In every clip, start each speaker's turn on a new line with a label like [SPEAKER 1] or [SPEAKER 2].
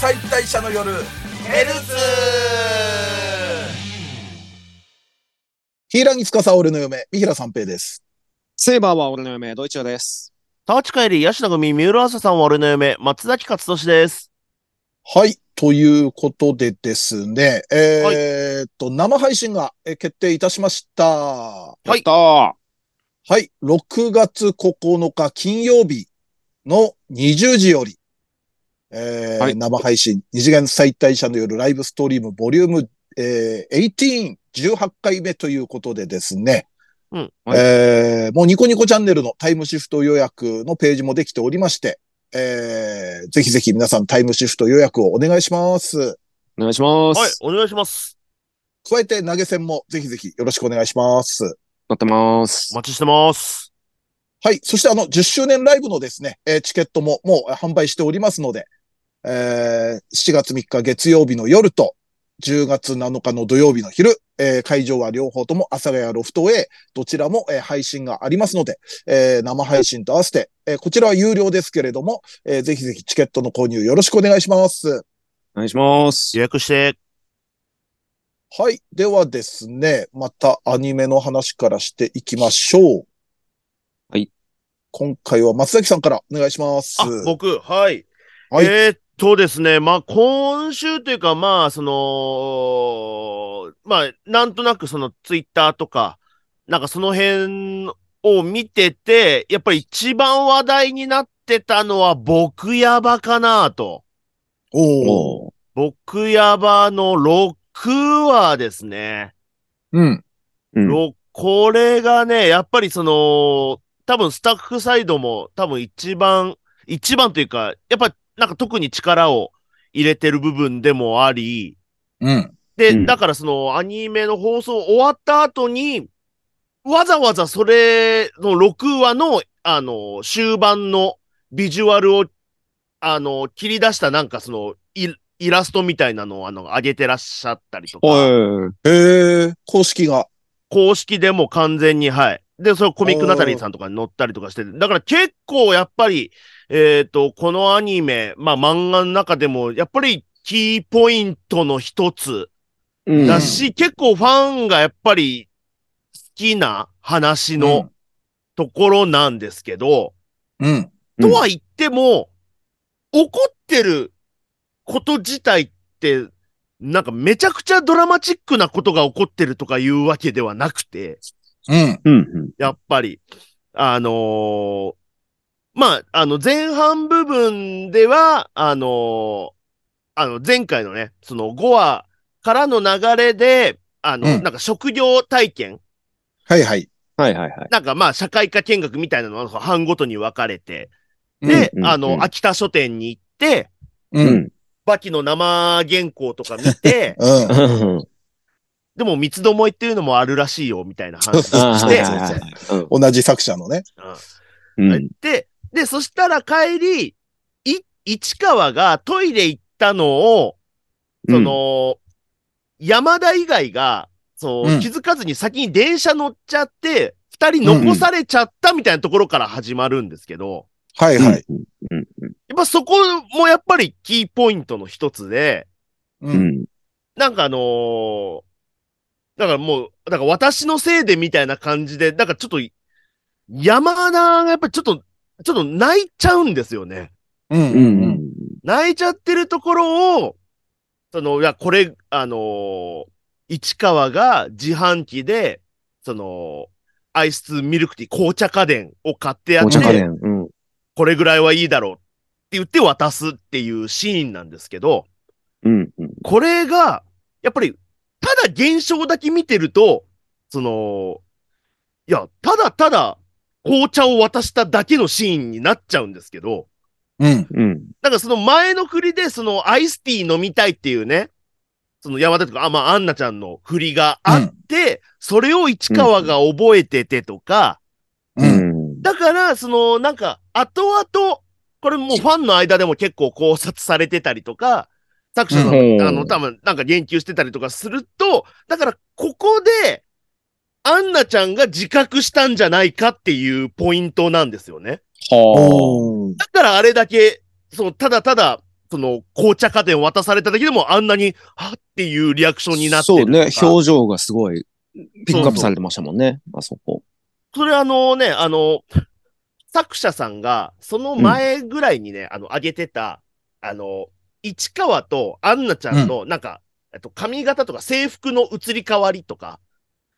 [SPEAKER 1] 解体者の夜ヘルツ
[SPEAKER 2] 平木司俺の嫁、三平三平です。
[SPEAKER 3] セイバーは俺の嫁、ドイチョです。
[SPEAKER 4] 田内帰り、ヤシナ組、三浦朝さんは俺の嫁、松崎勝利です。
[SPEAKER 2] はい。ということでですね、えーっと、生配信がえー決定いたしました。は
[SPEAKER 4] はい
[SPEAKER 3] やったー
[SPEAKER 2] い。6月9日金曜日の20時より、えー
[SPEAKER 3] はい
[SPEAKER 2] 生配信、二次元再退者の夜ライブストリームボリューム、えー、18、18回目ということでですね、
[SPEAKER 4] うん
[SPEAKER 3] はい
[SPEAKER 2] えーもうニコニコチャンネルのタイムシフト予約のページもできておりまして、えーぜひぜひ皆さんタイムシフト予約をお願いします。
[SPEAKER 3] お願いします。
[SPEAKER 4] はい、お願いします。
[SPEAKER 2] 加えて投げ銭もぜひぜひよろしくお願いします。
[SPEAKER 3] 待ってます
[SPEAKER 4] お。待ちしてます。
[SPEAKER 2] はい。そしてあの、10周年ライブのですね、えーチケットももうえー販売しておりますので、えー7月3日月曜日の夜と、10月7日の土曜日の昼、えー会場は両方とも阿佐ヶ谷ロフトへ、どちらも、えー配信がありますので、えー生配信と合わせて、えーこちらは有料ですけれども、えーぜひぜひチケットの購入よろしくお願いします。
[SPEAKER 3] お願いします。
[SPEAKER 4] 予約して、
[SPEAKER 2] はい。ではですね、またアニメの話からしていきましょう。
[SPEAKER 3] はい。
[SPEAKER 2] 今回は松崎さんからお願いします。
[SPEAKER 4] あ、僕、はい。
[SPEAKER 2] はい
[SPEAKER 4] えーっとですね、まあ、今週というか、まあ、その、まあ、なんとなくそのツイッターとか、なんかその辺を見てて、やっぱり一番話題になってたのは僕やばかなと。
[SPEAKER 2] おお。
[SPEAKER 3] おー
[SPEAKER 4] 僕やばの6話ですね。
[SPEAKER 2] うん。
[SPEAKER 3] うん。
[SPEAKER 4] ろこれがね、やっぱりその、多分スタッフサイドも多分一番、一番というか、やっぱなんか特に力を入れてる部分でもあり、
[SPEAKER 2] うん。
[SPEAKER 4] で、
[SPEAKER 3] うん
[SPEAKER 4] だからそのアニメの放送終わった後に、わざわざそれの6話の、あの、終盤のビジュアルを、あの、切り出したなんかその、イイラストみたいなのを、あの、上げてらっしゃったりとか。
[SPEAKER 3] はい。
[SPEAKER 2] へえ、公式が。
[SPEAKER 4] 公式でも完全に、はい。で、それコミックナタリーさんとかに載ったりとかして、だから結構やっぱり、えっ、と、このアニメ、まあ漫画の中でも、やっぱりキーポイントの一つ
[SPEAKER 3] うん
[SPEAKER 4] だし、結構ファンがやっぱり好きな話のところなんですけど、
[SPEAKER 2] うん。
[SPEAKER 3] うん
[SPEAKER 4] とは言っても、怒ってること自体って、なんかめちゃくちゃドラマチックなことが起こってるとかいうわけではなくて、
[SPEAKER 2] うん。
[SPEAKER 3] うん。うん
[SPEAKER 4] やっぱり。あのーまあ、あの、前半部分では、あのーあの、前回のね、その5話からの流れで、あの、
[SPEAKER 2] うん
[SPEAKER 4] なんか職業体験、
[SPEAKER 2] はいはい。
[SPEAKER 3] はいはいはい。
[SPEAKER 4] なんかまあ、社会科見学みたいなのは班ごとに分かれて、で
[SPEAKER 2] ね、
[SPEAKER 3] うんうん
[SPEAKER 4] あ
[SPEAKER 3] う
[SPEAKER 4] の、
[SPEAKER 3] ん
[SPEAKER 4] 秋田書店に行って、
[SPEAKER 2] う。、
[SPEAKER 3] うんん。
[SPEAKER 4] バキの生原稿とか見て
[SPEAKER 2] うん。
[SPEAKER 4] でも三つどもえっていうのもあるらしいよ、みたいな話を
[SPEAKER 3] あー
[SPEAKER 4] し
[SPEAKER 3] はい
[SPEAKER 4] て
[SPEAKER 3] は、いはい
[SPEAKER 2] 同じ作者のね。
[SPEAKER 4] うん
[SPEAKER 3] うんうん
[SPEAKER 4] 行って、で、そしたら帰り、い、市川がトイレ行ったのを、その、山田以外が、そう、
[SPEAKER 2] うん
[SPEAKER 4] 気づかずに先に電車乗っちゃって、二人残されちゃったみたいなところから始まるんですけど、
[SPEAKER 2] はいはい。
[SPEAKER 3] うんうんうん
[SPEAKER 4] やっぱそこもやっぱりキーポイントの一つで、
[SPEAKER 2] う。
[SPEAKER 3] うんん。
[SPEAKER 4] なんかあのーだからもう、だから私のせいでみたいな感じで、なんかちょっと、山田がやっぱりちょっと、ちょっと泣いちゃうんですよね。
[SPEAKER 2] うん。
[SPEAKER 3] う
[SPEAKER 2] うん。
[SPEAKER 3] うんん
[SPEAKER 4] 泣いちゃってるところを、その、いや、これ、あのー市川が自販機で、その、アイスミルクティー、紅茶家電を買ってやっ
[SPEAKER 3] お茶家
[SPEAKER 4] て、
[SPEAKER 3] 電。うん。
[SPEAKER 4] これぐらいはいいだろうって言って渡すっていうシーンなんですけど、
[SPEAKER 3] うん。うん
[SPEAKER 4] これが、やっぱり、ただ現象だけ見てると、その、いや、ただただ紅茶を渡しただけのシーンになっちゃうんですけど、
[SPEAKER 2] うん。
[SPEAKER 3] うん。
[SPEAKER 4] なんかその前の振りで、そのアイスティー飲みたいっていうね、その山田とか、あ、まあ、アンナちゃんの振りがあって、それを市川が覚えててとか、
[SPEAKER 2] う。
[SPEAKER 3] うんん。
[SPEAKER 4] だから、その、なんか、後々、これもうファンの間でも結構考察されてたりとか、作者の、
[SPEAKER 3] うん
[SPEAKER 4] あの、多分なんか言及してたりとかすると、だから、ここで、アンナちゃんが自覚したんじゃないかっていうポイントなんですよね。
[SPEAKER 3] は
[SPEAKER 2] おー
[SPEAKER 4] だからあれだけ、そう、ただただ、その、紅茶家電を渡された時でもあんなに、はっっていうリアクションになって
[SPEAKER 3] そう
[SPEAKER 4] るとか
[SPEAKER 3] ね、表情がすごい、ピックアップされてましたもんね、あそこ。
[SPEAKER 4] それあのね、あの、作者さんが、その前ぐらいにね、あの、上げてた、あの、市川とアンナちゃんの、なんか、えっと、髪型とか制服の移り変わりとか、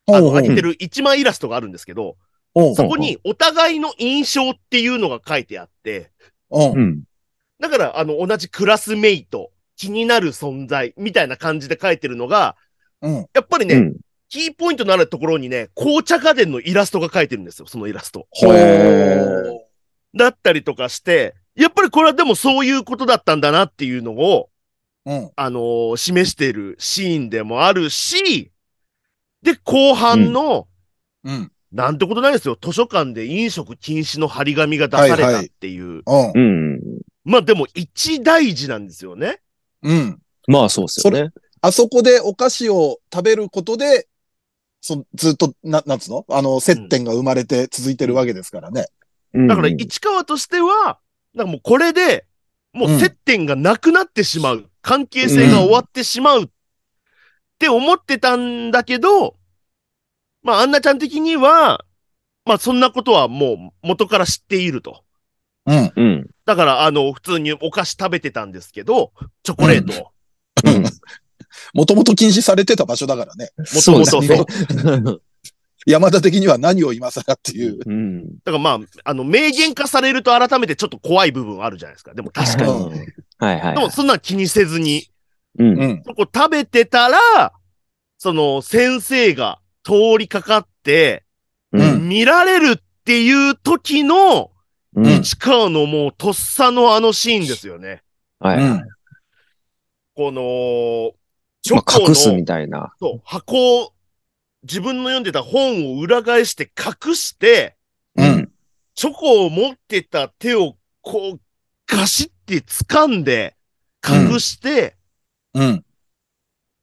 [SPEAKER 4] あの、
[SPEAKER 2] ほうほう
[SPEAKER 4] 上げてる一枚イラストがあるんですけど、
[SPEAKER 2] ほう
[SPEAKER 4] そこにお互いの印象っていうのが書いてあって、
[SPEAKER 2] ほう
[SPEAKER 3] うん。
[SPEAKER 4] だから、あの、同じクラスメイト、気になる存在、みたいな感じで書いてるのが、
[SPEAKER 2] うん。
[SPEAKER 4] やっぱりね、
[SPEAKER 3] うん
[SPEAKER 4] キーポイントのあるところにね、紅茶家電のイラストが書いてるんですよ、そのイラスト。
[SPEAKER 2] ほう
[SPEAKER 3] へ
[SPEAKER 4] だったりとかして、やっぱりこれはでもそういうことだったんだなっていうのを、
[SPEAKER 2] うん。
[SPEAKER 4] あのー示しているシーンでもあるし、で、後半の、
[SPEAKER 2] うん。
[SPEAKER 4] なんてことないですよ、図書館で飲食禁止の張り紙が出されたっていう、
[SPEAKER 2] うん
[SPEAKER 3] う。ん。
[SPEAKER 4] まあでも一大事なんですよね。
[SPEAKER 2] うん。
[SPEAKER 3] まあそうですよね。
[SPEAKER 2] あそこでお菓子を食べることで、そずっと、な、なんつうのあの、接点が生まれて続いてるわけですからね。
[SPEAKER 4] だから
[SPEAKER 3] うん
[SPEAKER 4] 市川としては、なんかもうこれで、もう接点がなくなってしまう、関係性が終わってしまうって思ってたんだけど、まあ、アンナちゃん的には、まあ、そんなことはもう元から知っていると。
[SPEAKER 2] うん。
[SPEAKER 3] うん。
[SPEAKER 4] だから、あの、普通にお菓子食べてたんですけど、チョコレートを。
[SPEAKER 3] うん
[SPEAKER 2] もともと禁止されてた場所だからね。
[SPEAKER 3] そう
[SPEAKER 4] も
[SPEAKER 3] です
[SPEAKER 4] ともと
[SPEAKER 3] ね
[SPEAKER 4] そう。
[SPEAKER 2] 山田的には何を今更っていう。
[SPEAKER 3] うん。
[SPEAKER 4] だからまあ、あの、明言化されると改めてちょっと怖い部分はあるじゃないですか。でも確か
[SPEAKER 2] う
[SPEAKER 4] に。
[SPEAKER 2] ん
[SPEAKER 3] はいはい
[SPEAKER 4] で
[SPEAKER 3] はい
[SPEAKER 4] も。そんなん気にせずに
[SPEAKER 3] うん
[SPEAKER 2] うん。
[SPEAKER 4] そこ食べてたら、その先生が通りかかって、
[SPEAKER 2] うん
[SPEAKER 4] 見られるっていう時の、
[SPEAKER 3] うん
[SPEAKER 2] うん
[SPEAKER 4] 市川のもうとっさのあのシーンですよね。
[SPEAKER 3] はい。
[SPEAKER 2] う
[SPEAKER 3] ま
[SPEAKER 2] ん。
[SPEAKER 4] この、チョ
[SPEAKER 3] あ
[SPEAKER 4] コ
[SPEAKER 3] 隠すみ
[SPEAKER 4] の
[SPEAKER 3] たいな。
[SPEAKER 4] そう箱を、自分の読んでた本を裏返して隠して、
[SPEAKER 2] うん。
[SPEAKER 4] チョコを持ってた手をこう、ガシって掴んで、隠して、
[SPEAKER 2] うん。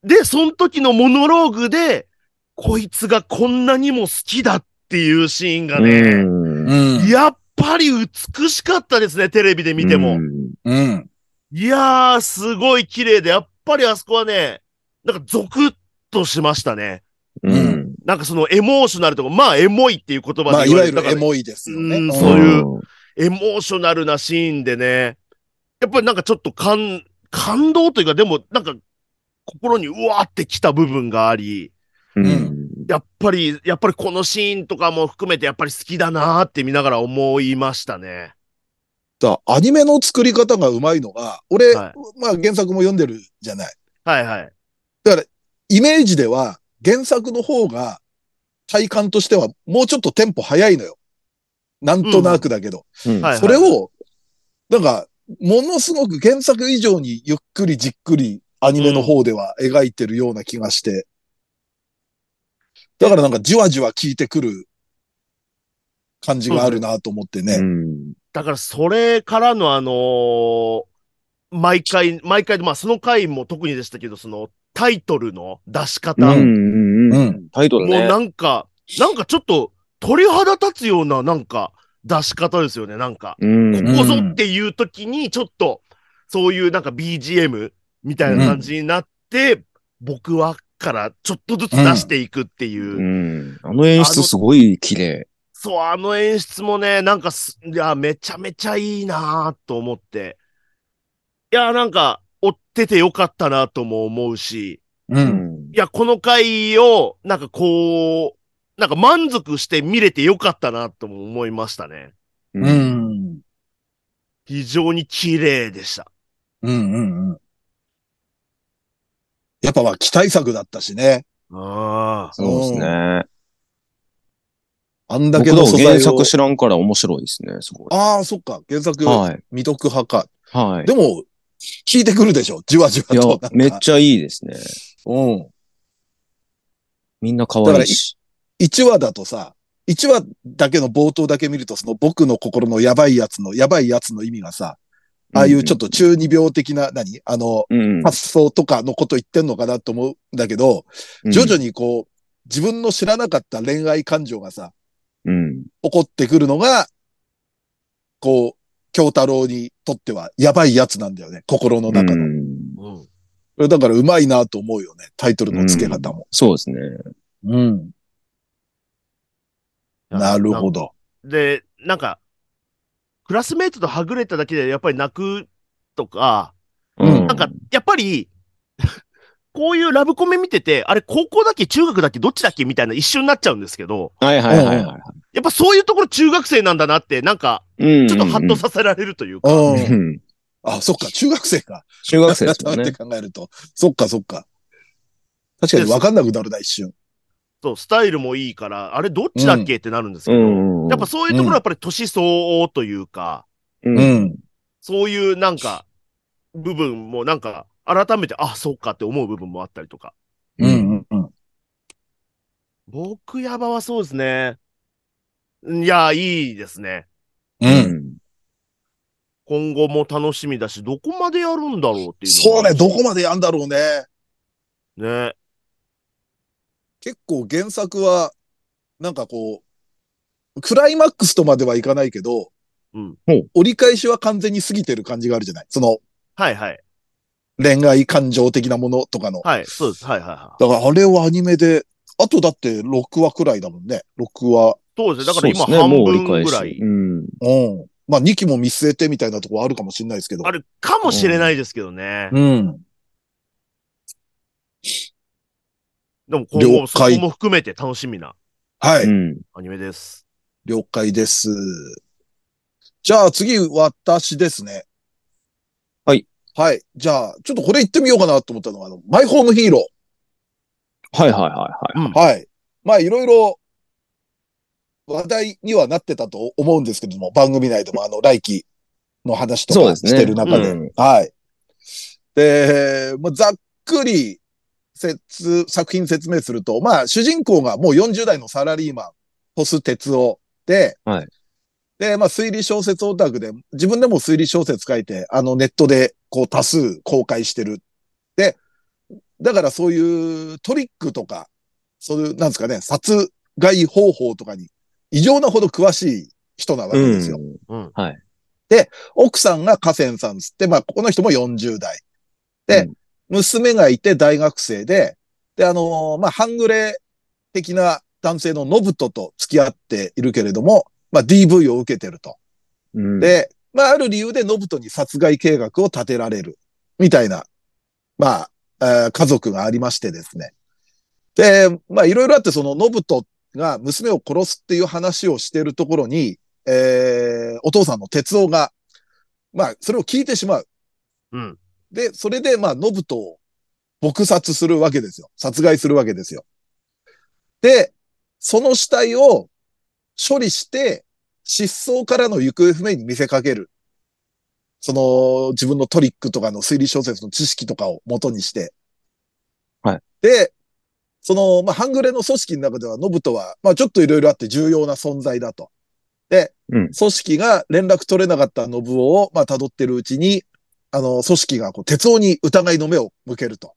[SPEAKER 4] で、その時のモノローグで、こいつがこんなにも好きだっていうシーンがね、
[SPEAKER 3] う。
[SPEAKER 2] うんん。
[SPEAKER 4] やっぱり美しかったですね、テレビで見ても。
[SPEAKER 3] うん
[SPEAKER 2] うん。
[SPEAKER 4] いやー、すごい綺麗で、やっぱりあそこはね、なんかゾクッとしましたね。
[SPEAKER 3] うん。
[SPEAKER 4] なんかそのエモーショナルとか、まあエモいっていう言葉で言
[SPEAKER 2] ま
[SPEAKER 4] わ
[SPEAKER 2] あ、
[SPEAKER 4] れ
[SPEAKER 2] い
[SPEAKER 4] る
[SPEAKER 2] わゆる
[SPEAKER 4] だから
[SPEAKER 2] エモいですよね。
[SPEAKER 4] うん
[SPEAKER 2] ん
[SPEAKER 4] そういうエモーショナルなシーンでね、やっぱりなんかちょっと感、感動というか、でもなんか心にうわーってきた部分があり、
[SPEAKER 3] うん。
[SPEAKER 2] うん
[SPEAKER 4] やっぱり、やっぱりこのシーンとかも含めて、やっぱり好きだなーって見ながら思いましたね。
[SPEAKER 2] だアニメの作り方がうまいのが、俺、
[SPEAKER 4] は
[SPEAKER 2] まあ原作も読んでるじゃない。
[SPEAKER 4] はいはい。
[SPEAKER 2] イメージでは原作の方が体感としてはもうちょっとテンポ早いのよ。なんとなくだけど。
[SPEAKER 3] うん
[SPEAKER 4] はい
[SPEAKER 2] それを、なんか、ものすごく原作以上にゆっくりじっくりアニメの方では描いてるような気がして。だからなんかじわじわ効いてくる感じがあるなと思ってね。
[SPEAKER 3] うん
[SPEAKER 4] だからそれからのあのー毎回、毎回、まあその回も特にでしたけど、そのタイトルの出し方、
[SPEAKER 3] うん
[SPEAKER 4] も
[SPEAKER 3] うんうん
[SPEAKER 2] うん
[SPEAKER 3] タイト
[SPEAKER 4] う
[SPEAKER 3] ルね。
[SPEAKER 4] なんか、なんかちょっと鳥肌立つようななんか出し方ですよね、なんか。
[SPEAKER 3] うん
[SPEAKER 4] ここぞっていう時に、ちょっと、そういうなんか BGM みたいな感じになって、僕はからちょっとずつ出していくっていう。
[SPEAKER 3] うんあの演出すごい綺麗。
[SPEAKER 4] そう、あの演出もね、なんかす、いや、めちゃめちゃいいなぁと思って。いや、なんか、追っててよかったなとも思うし、
[SPEAKER 2] う。
[SPEAKER 3] うんん
[SPEAKER 4] いや、この回を、なんかこう、なんか満足して見れてよかったなとも思いましたね。
[SPEAKER 2] うん。うん。
[SPEAKER 4] 非常に綺麗でした。
[SPEAKER 2] うん。うん。やっぱまあ期待作だったしね。
[SPEAKER 4] ああ。
[SPEAKER 3] そうですね。
[SPEAKER 2] あんだ
[SPEAKER 3] 僕
[SPEAKER 2] け
[SPEAKER 3] で
[SPEAKER 2] の
[SPEAKER 3] も
[SPEAKER 2] 素材を
[SPEAKER 3] 原作知らんから面白いですね、すごい。
[SPEAKER 2] ああ、そっか。原作、
[SPEAKER 3] はい。
[SPEAKER 2] 未読派か。
[SPEAKER 3] はい。
[SPEAKER 2] でも、聞いてくるでしょ。じわじわ
[SPEAKER 3] いや
[SPEAKER 2] と。、
[SPEAKER 3] めっ
[SPEAKER 2] ゃ。
[SPEAKER 3] ちゃいいですね。
[SPEAKER 2] うん。
[SPEAKER 3] みんな可愛いし。
[SPEAKER 2] 1話だとさ、1話だけの冒頭だけ見ると、その僕の心のやばいやつの、やばいやつの意味がさ、ああいうちょっと中二病的な、何あの、
[SPEAKER 3] うん、
[SPEAKER 2] 発想とかのこと言ってんのかなと思うんだけど、徐々
[SPEAKER 3] に。
[SPEAKER 2] にこう、自分の知らなかった恋愛感情がさ、
[SPEAKER 3] うん。
[SPEAKER 2] 起こってくるのが、こう、京太郎にとってはやばいやつなんだよね、心の中
[SPEAKER 3] う
[SPEAKER 2] の。
[SPEAKER 3] ん
[SPEAKER 4] うん。
[SPEAKER 2] だからうまいなと思うよね、タイトルの付け方も。
[SPEAKER 3] そうですね。
[SPEAKER 2] うん。なるほど。
[SPEAKER 4] で、なんか、クラスメイトとはぐれただけでやっぱり泣くとか、
[SPEAKER 2] うん
[SPEAKER 4] なんか、やっぱり、 こういうラブコメ見てて、あれ高校だっけ中学だっけどっちだっけみたいな一緒になっちゃうんですけど、
[SPEAKER 3] はいはいはいは
[SPEAKER 4] やっぱそういうところ中学生なんだなって、なんか、
[SPEAKER 3] い。
[SPEAKER 4] ちょっとハッと
[SPEAKER 3] ッ
[SPEAKER 4] させられるというか。
[SPEAKER 2] う。
[SPEAKER 3] うんん。
[SPEAKER 2] あ、そっか、中学生か。
[SPEAKER 3] 中学生ですもん
[SPEAKER 2] 改 め
[SPEAKER 3] ね
[SPEAKER 2] て。考えると。そっか、そっか。確かに分かんなくなるな、一瞬。
[SPEAKER 4] そう、スタイルもいいから、あれどっちだっけってなるんですけ
[SPEAKER 3] う
[SPEAKER 4] ど、
[SPEAKER 3] ん。
[SPEAKER 4] やっぱ、そういうところはやっぱり年相応というか、
[SPEAKER 3] う。
[SPEAKER 2] うんん。
[SPEAKER 4] そういうなんか、部分もなんか、改めて、あ、そうかって思う部分もあったりとか。
[SPEAKER 2] うん。うん。うん
[SPEAKER 4] 僕やばはそうですね。いや、いいですね。
[SPEAKER 2] う。
[SPEAKER 3] うんん。
[SPEAKER 4] 今後も楽しみだし、どこまでやるんだろうっていうの
[SPEAKER 2] そう
[SPEAKER 4] が
[SPEAKER 2] ね、どこまでやんだろうね。
[SPEAKER 4] ね。
[SPEAKER 2] 結構原作は、なんかこう、クライマックスとまではいかないけど、
[SPEAKER 4] うん
[SPEAKER 3] ほう
[SPEAKER 2] 折り返しは完全に過ぎてる感じがあるじゃないその
[SPEAKER 4] はいはい。
[SPEAKER 2] 恋愛感情的なものとかの。
[SPEAKER 4] はい、そうです。はいはいはい。
[SPEAKER 2] だからあれをアニメで、あとだって6話くらいだもんね。6話。
[SPEAKER 4] そうですね。だから今
[SPEAKER 3] そうですね
[SPEAKER 4] 半
[SPEAKER 3] もう折
[SPEAKER 4] 分
[SPEAKER 3] り返し
[SPEAKER 4] ぐらい。
[SPEAKER 3] うん。
[SPEAKER 2] うん。まあ2期も見据えてみたいなとこはあるかもしれないですけど。
[SPEAKER 4] あるかもしれないですけどね。
[SPEAKER 2] うん。
[SPEAKER 4] でも今後
[SPEAKER 2] 了解
[SPEAKER 4] そこも含めて楽しみな
[SPEAKER 2] はい。
[SPEAKER 3] うん。
[SPEAKER 4] アニメです。
[SPEAKER 2] 了解です。じゃあ次、私ですね。
[SPEAKER 3] はい。
[SPEAKER 2] はい。じゃあ、ちょっとこれ言ってみようかなと思ったのは、あの、マイホームヒーロー。
[SPEAKER 3] はいはいはいは
[SPEAKER 2] はい。まあ、いろいろ話題にはなってたと思うんですけども、番組内でもあの、来期の話と
[SPEAKER 3] そう
[SPEAKER 2] か
[SPEAKER 3] ですね
[SPEAKER 2] してる中で。
[SPEAKER 3] うん
[SPEAKER 2] はい。で、まあ、ざっくり説、作品説明すると、まあ、主人公がもう40代のサラリーマン、ホス哲夫で、
[SPEAKER 3] はい
[SPEAKER 2] で、まあ、推理小説オタクで、自分でも推理小説書いて、あの、ネットで、こう、多数公開してる。で、だからそういうトリックとか、そういう、なんですかね、殺害方法とかに異常なほど詳しい人なわ
[SPEAKER 3] い。
[SPEAKER 2] けですよ。
[SPEAKER 3] ん。
[SPEAKER 4] うん。
[SPEAKER 2] 奥さんが河川さんつって、まあ、ここの人も40代。で、
[SPEAKER 3] うん
[SPEAKER 2] 娘がいて大学生で、で、あのーまあ、半グレ的な男性のノブトと付き合っているけれども、まあ、DV を受けてると。
[SPEAKER 3] うん、
[SPEAKER 2] で、まあ、ある理由でノブトに殺害計画を立てられる。みたいな、まあ、えー家族がありましてですね。で、まあ、いろいろあって、そのノブトが娘を殺すっていう話をしてるところに、えーお父さんの哲夫が、まあ、それを聞いてしまう。
[SPEAKER 4] うん。
[SPEAKER 2] で、それで、まあ、ノブトを撲殺するわけですよ。殺害するわけですよ。で、その死体を処理して、失踪からの行方不明に見せかける。その、自分のトリックとかの推理小説の知識とかを元にして。
[SPEAKER 3] はい。
[SPEAKER 2] で、その、まあ、半グレの組織の中では、ノブトは、まあ、ちょっといろいろあって重要な存在だと。で、
[SPEAKER 3] うん
[SPEAKER 2] 組織が連絡取れなかったノブオを、まあ、辿ってるうちに、あの、組織が、こう、鉄夫に疑いの目を向けると。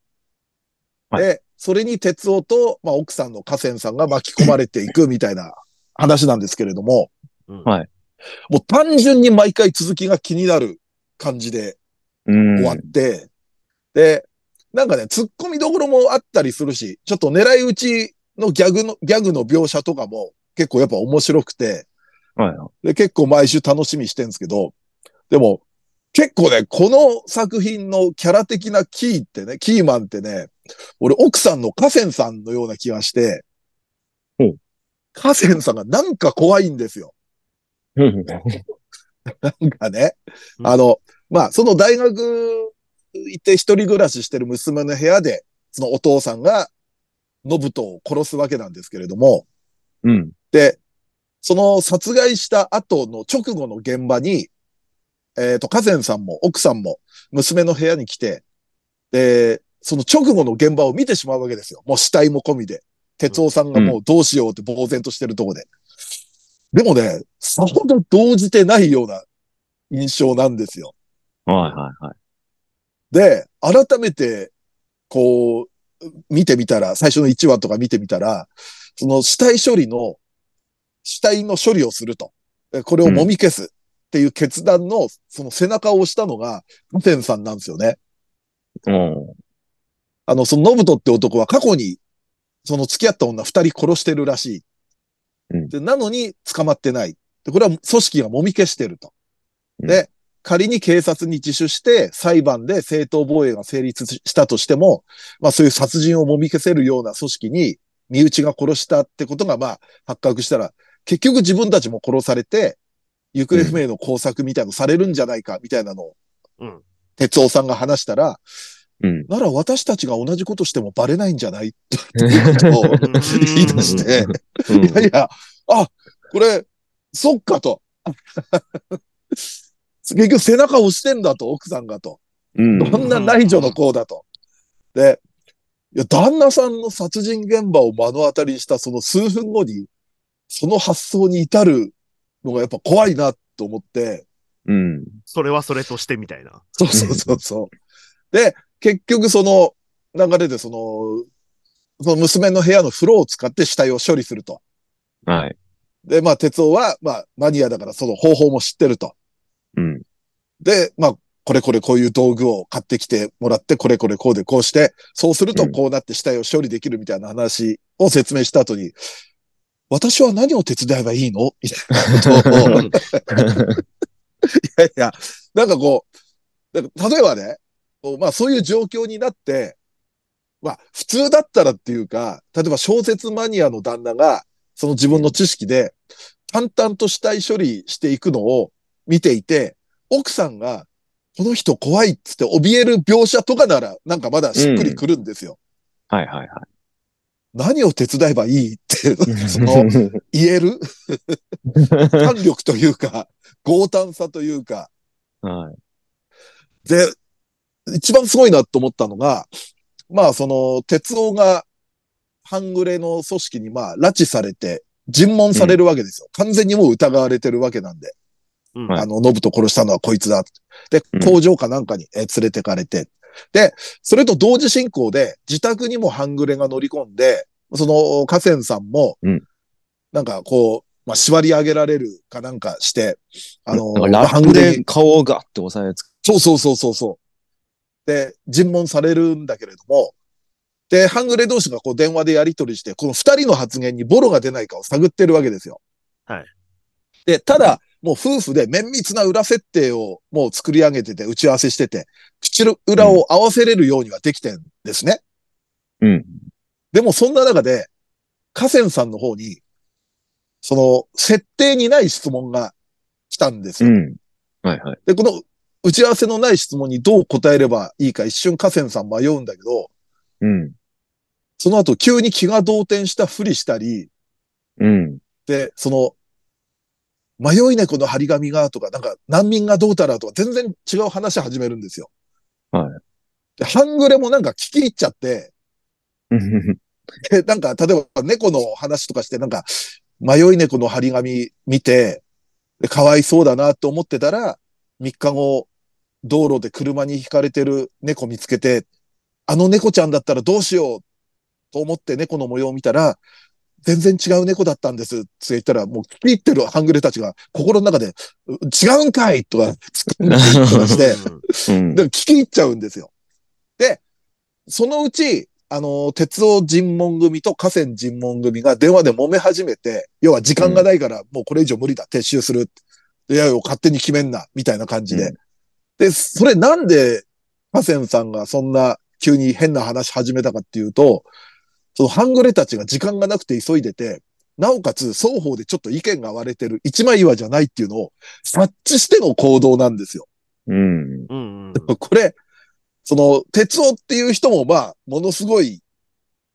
[SPEAKER 3] はい
[SPEAKER 2] で、それに鉄夫と、まあ、奥さんの河川さんが巻き込まれていくみたいな話なんですけれども、
[SPEAKER 4] うん
[SPEAKER 3] はい
[SPEAKER 2] もう単純に毎回続きが気になる感じで
[SPEAKER 3] うん、
[SPEAKER 2] 終わって、で、なんかね、突っ込みどころもあったりするし、ちょっと狙い撃ちのギャグの、ギャグの描写とかも結構やっぱ面白くて、
[SPEAKER 3] はい
[SPEAKER 2] で、結構毎週楽しみにしてるんですけど、でも、結構ね、この作品のキャラ的なキーってね、キーマンってね、俺奥さんの河川さんのような気がして
[SPEAKER 3] ほう、
[SPEAKER 2] 河川さんがなんか怖いんですよ。
[SPEAKER 3] うん
[SPEAKER 2] なんかね、
[SPEAKER 4] うん
[SPEAKER 2] あの、まあ、その大学行って一人暮らししてる娘の部屋で、そのお父さんが、ノブトを殺すわけなんですけれども、
[SPEAKER 3] うん。
[SPEAKER 2] で、その殺害した後の直後の現場に、えっ、と、河川さんも奥さんも娘の部屋に来て、で、その直後の現場を見てしまうわけですよ。もう死体も込みで。哲夫さんがもうどうしようって呆然としてるとこで。でもね、さほど動じてないような印象なんですよ。
[SPEAKER 3] はいはいはい。
[SPEAKER 2] で、改めて、こう、見てみたら、最初の1話とか見てみたら、その死体処理の、死体の処理をすると。えこれを揉み消す。っていう決断の、その背中を押したのが、ハセンさんなんですよね。
[SPEAKER 3] うん。
[SPEAKER 2] あの、そのノブトって男は過去に、その付き合った女二人殺してるらしい。
[SPEAKER 3] うん
[SPEAKER 2] でなのに捕まってない。で、これは組織が揉み消してると。で、仮に警察に自首して裁判で正当防衛が成立したとしても、まあそういう殺人を揉み消せるような組織に身内が殺したってことがまあ発覚したら、結局自分たちも殺されて、行方不明の工作みたいなのされるんじゃないかみたいなのを、
[SPEAKER 4] うん
[SPEAKER 2] 哲夫さんが話したら、
[SPEAKER 3] うん。
[SPEAKER 2] なら私たちが同じことしてもバレないんじゃないということを
[SPEAKER 4] うん
[SPEAKER 2] 言い出して、
[SPEAKER 3] うん
[SPEAKER 2] いやいや、あ、これ、そっかと。 結局背中を押してんだと、奥さんがと。
[SPEAKER 3] うん
[SPEAKER 2] どんな内助の子だと。で、いや、旦那さんの殺人現場を目の当たりにしたその数分後に、その発想に至るのがやっぱ怖いなと思って、
[SPEAKER 3] うん。
[SPEAKER 4] それはそれとしてみたいな。
[SPEAKER 2] そうそうそうそう。で、結局その流れでその、その娘の部屋の風呂を使って死体を処理すると。
[SPEAKER 3] はい。
[SPEAKER 2] で、まあ、哲夫は、まあ、マニアだからその方法も知ってると。
[SPEAKER 3] うん。
[SPEAKER 2] で、まあ、これこれこういう道具を買ってきてもらって、これこれこうでこうして、そうすると
[SPEAKER 3] うん
[SPEAKER 2] こうなって死体を処理できるみたいな話を説明した後に、私は何を手伝えばいいのみたいなことを、い やいや、なんかこう、なんか例えばね、こうまあそういう状況になって、まあ普通だったらっていうか、例えば小説マニアの旦那が、その自分の知識で、淡々と死体処理していくのを見ていて、奥さんが、この人怖いっつって怯える描写とかなら、なんかまだしっくりくるんですよ。
[SPEAKER 3] はい はいは
[SPEAKER 2] 何を手伝えばいいって、
[SPEAKER 3] い。
[SPEAKER 2] その、言える 弾力というか、強胆さというか、
[SPEAKER 3] はい。
[SPEAKER 2] で、一番すごいなと思ったのが、まあその、鉄夫が、半グレの組織にまあ拉致されて、尋問されるわけですよ。完全にもう疑われてるわけなんで。
[SPEAKER 4] うん
[SPEAKER 3] はい
[SPEAKER 2] あの、ノブと殺したのはこいつだ。で
[SPEAKER 3] うん、
[SPEAKER 2] 工場かなんかに、えー連れてかれて。で、それと同時進行で、自宅にも半グレが乗り込んで、その、河川さんも、
[SPEAKER 3] うん
[SPEAKER 2] なんかこう、まあ、縛り上げられるかなんかして、あの、
[SPEAKER 3] なんかラップで顔をガッて押さえつく。
[SPEAKER 2] そうそうそうそうそう。で、尋問されるんだけれども、で、ハングレ同士がこう電話でやり取りして、この二人の発言にボロが出ないかを探ってるわけですよ。
[SPEAKER 4] はい。
[SPEAKER 2] で、ただ、もう夫婦で綿密な裏設定をもう作り上げてて、打ち合わせしてて、口の裏を合わせれるようにはできてんですね。
[SPEAKER 3] うん。
[SPEAKER 2] でもそんな中で、河川さんの方に、その、設定にない質問が来たんです
[SPEAKER 3] う
[SPEAKER 2] よ。
[SPEAKER 3] ん。はいはい。
[SPEAKER 2] で、この打ち合わせのない質問にどう答えればいいか一瞬河川さん迷うんだけど、
[SPEAKER 3] うん。
[SPEAKER 2] その後急に気が動転したふりしたり、
[SPEAKER 3] うん。
[SPEAKER 2] で、その、迷い猫の張り紙がとか、なんか難民がどうたらとか全然違う話始めるんですよ。。
[SPEAKER 3] はい
[SPEAKER 2] で、ハングレもなんか聞き入っちゃって、
[SPEAKER 3] うん
[SPEAKER 2] で、なんか、例えば猫の話とかして、なんか、迷い猫の張り紙見て、でかわいそうだなと思ってたら、3日後、道路で車にひかれてる猫見つけて、あの猫ちゃんだったらどうしようと思って猫の模様を見たら、全然違う猫だったんですって言ったら、もう聞き入ってるハングレたちが心の中で、う違うんかいとか、突っ込んだりとか して、
[SPEAKER 3] うん
[SPEAKER 2] だから聞き入っちゃうんですよ。で、そのうち、あの、鉄尾尋問組と河川尋問組が電話で揉め始めて、要は時間がないからもうこれ以上無理だ、撤収する。いやいや、勝手に決めんな、みたいな感じで。
[SPEAKER 3] うん
[SPEAKER 2] で、それなんで河川さんがそんな急に変な話始めたかっていうと、そのハングレたちが時間がなくて急いでて、なおかつ双方でちょっと意見が割れてる、一枚岩じゃないっていうのを察知しての行動なんですよ。
[SPEAKER 3] うん。
[SPEAKER 4] うんうん
[SPEAKER 2] これ、その、鉄夫っていう人も、まあ、ものすごい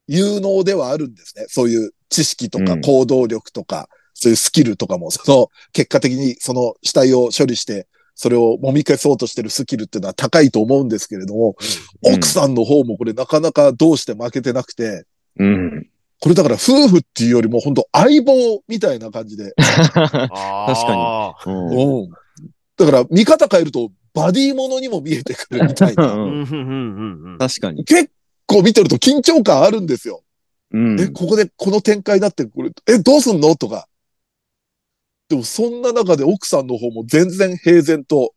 [SPEAKER 2] 有能ではあるんですね。そういう知識と
[SPEAKER 3] う
[SPEAKER 2] か
[SPEAKER 3] ん
[SPEAKER 2] 行動力とか、そういうスキルとかも、その、結果的にその死体を処理して、それを揉み消そうとしてるスキルっていうのは高いと思うんですけれども、
[SPEAKER 3] うん
[SPEAKER 2] 奥さんの方もこれなかなかどうして負けてなくて、
[SPEAKER 3] うん。
[SPEAKER 2] これだから夫婦っていうよりも本当相棒みたいな感じで、
[SPEAKER 4] あー
[SPEAKER 2] うんだから見方変えるとバディものにも見えてくるみたい な。
[SPEAKER 4] うんうん
[SPEAKER 3] うん
[SPEAKER 4] うんうんうん
[SPEAKER 3] 確かに。
[SPEAKER 2] 結構見てると緊張感あるんですよ。
[SPEAKER 3] うん
[SPEAKER 2] え、ここでこの展開だって、これ、え、どうすんのとか。でもそんな中で奥さんの方も全然平然と。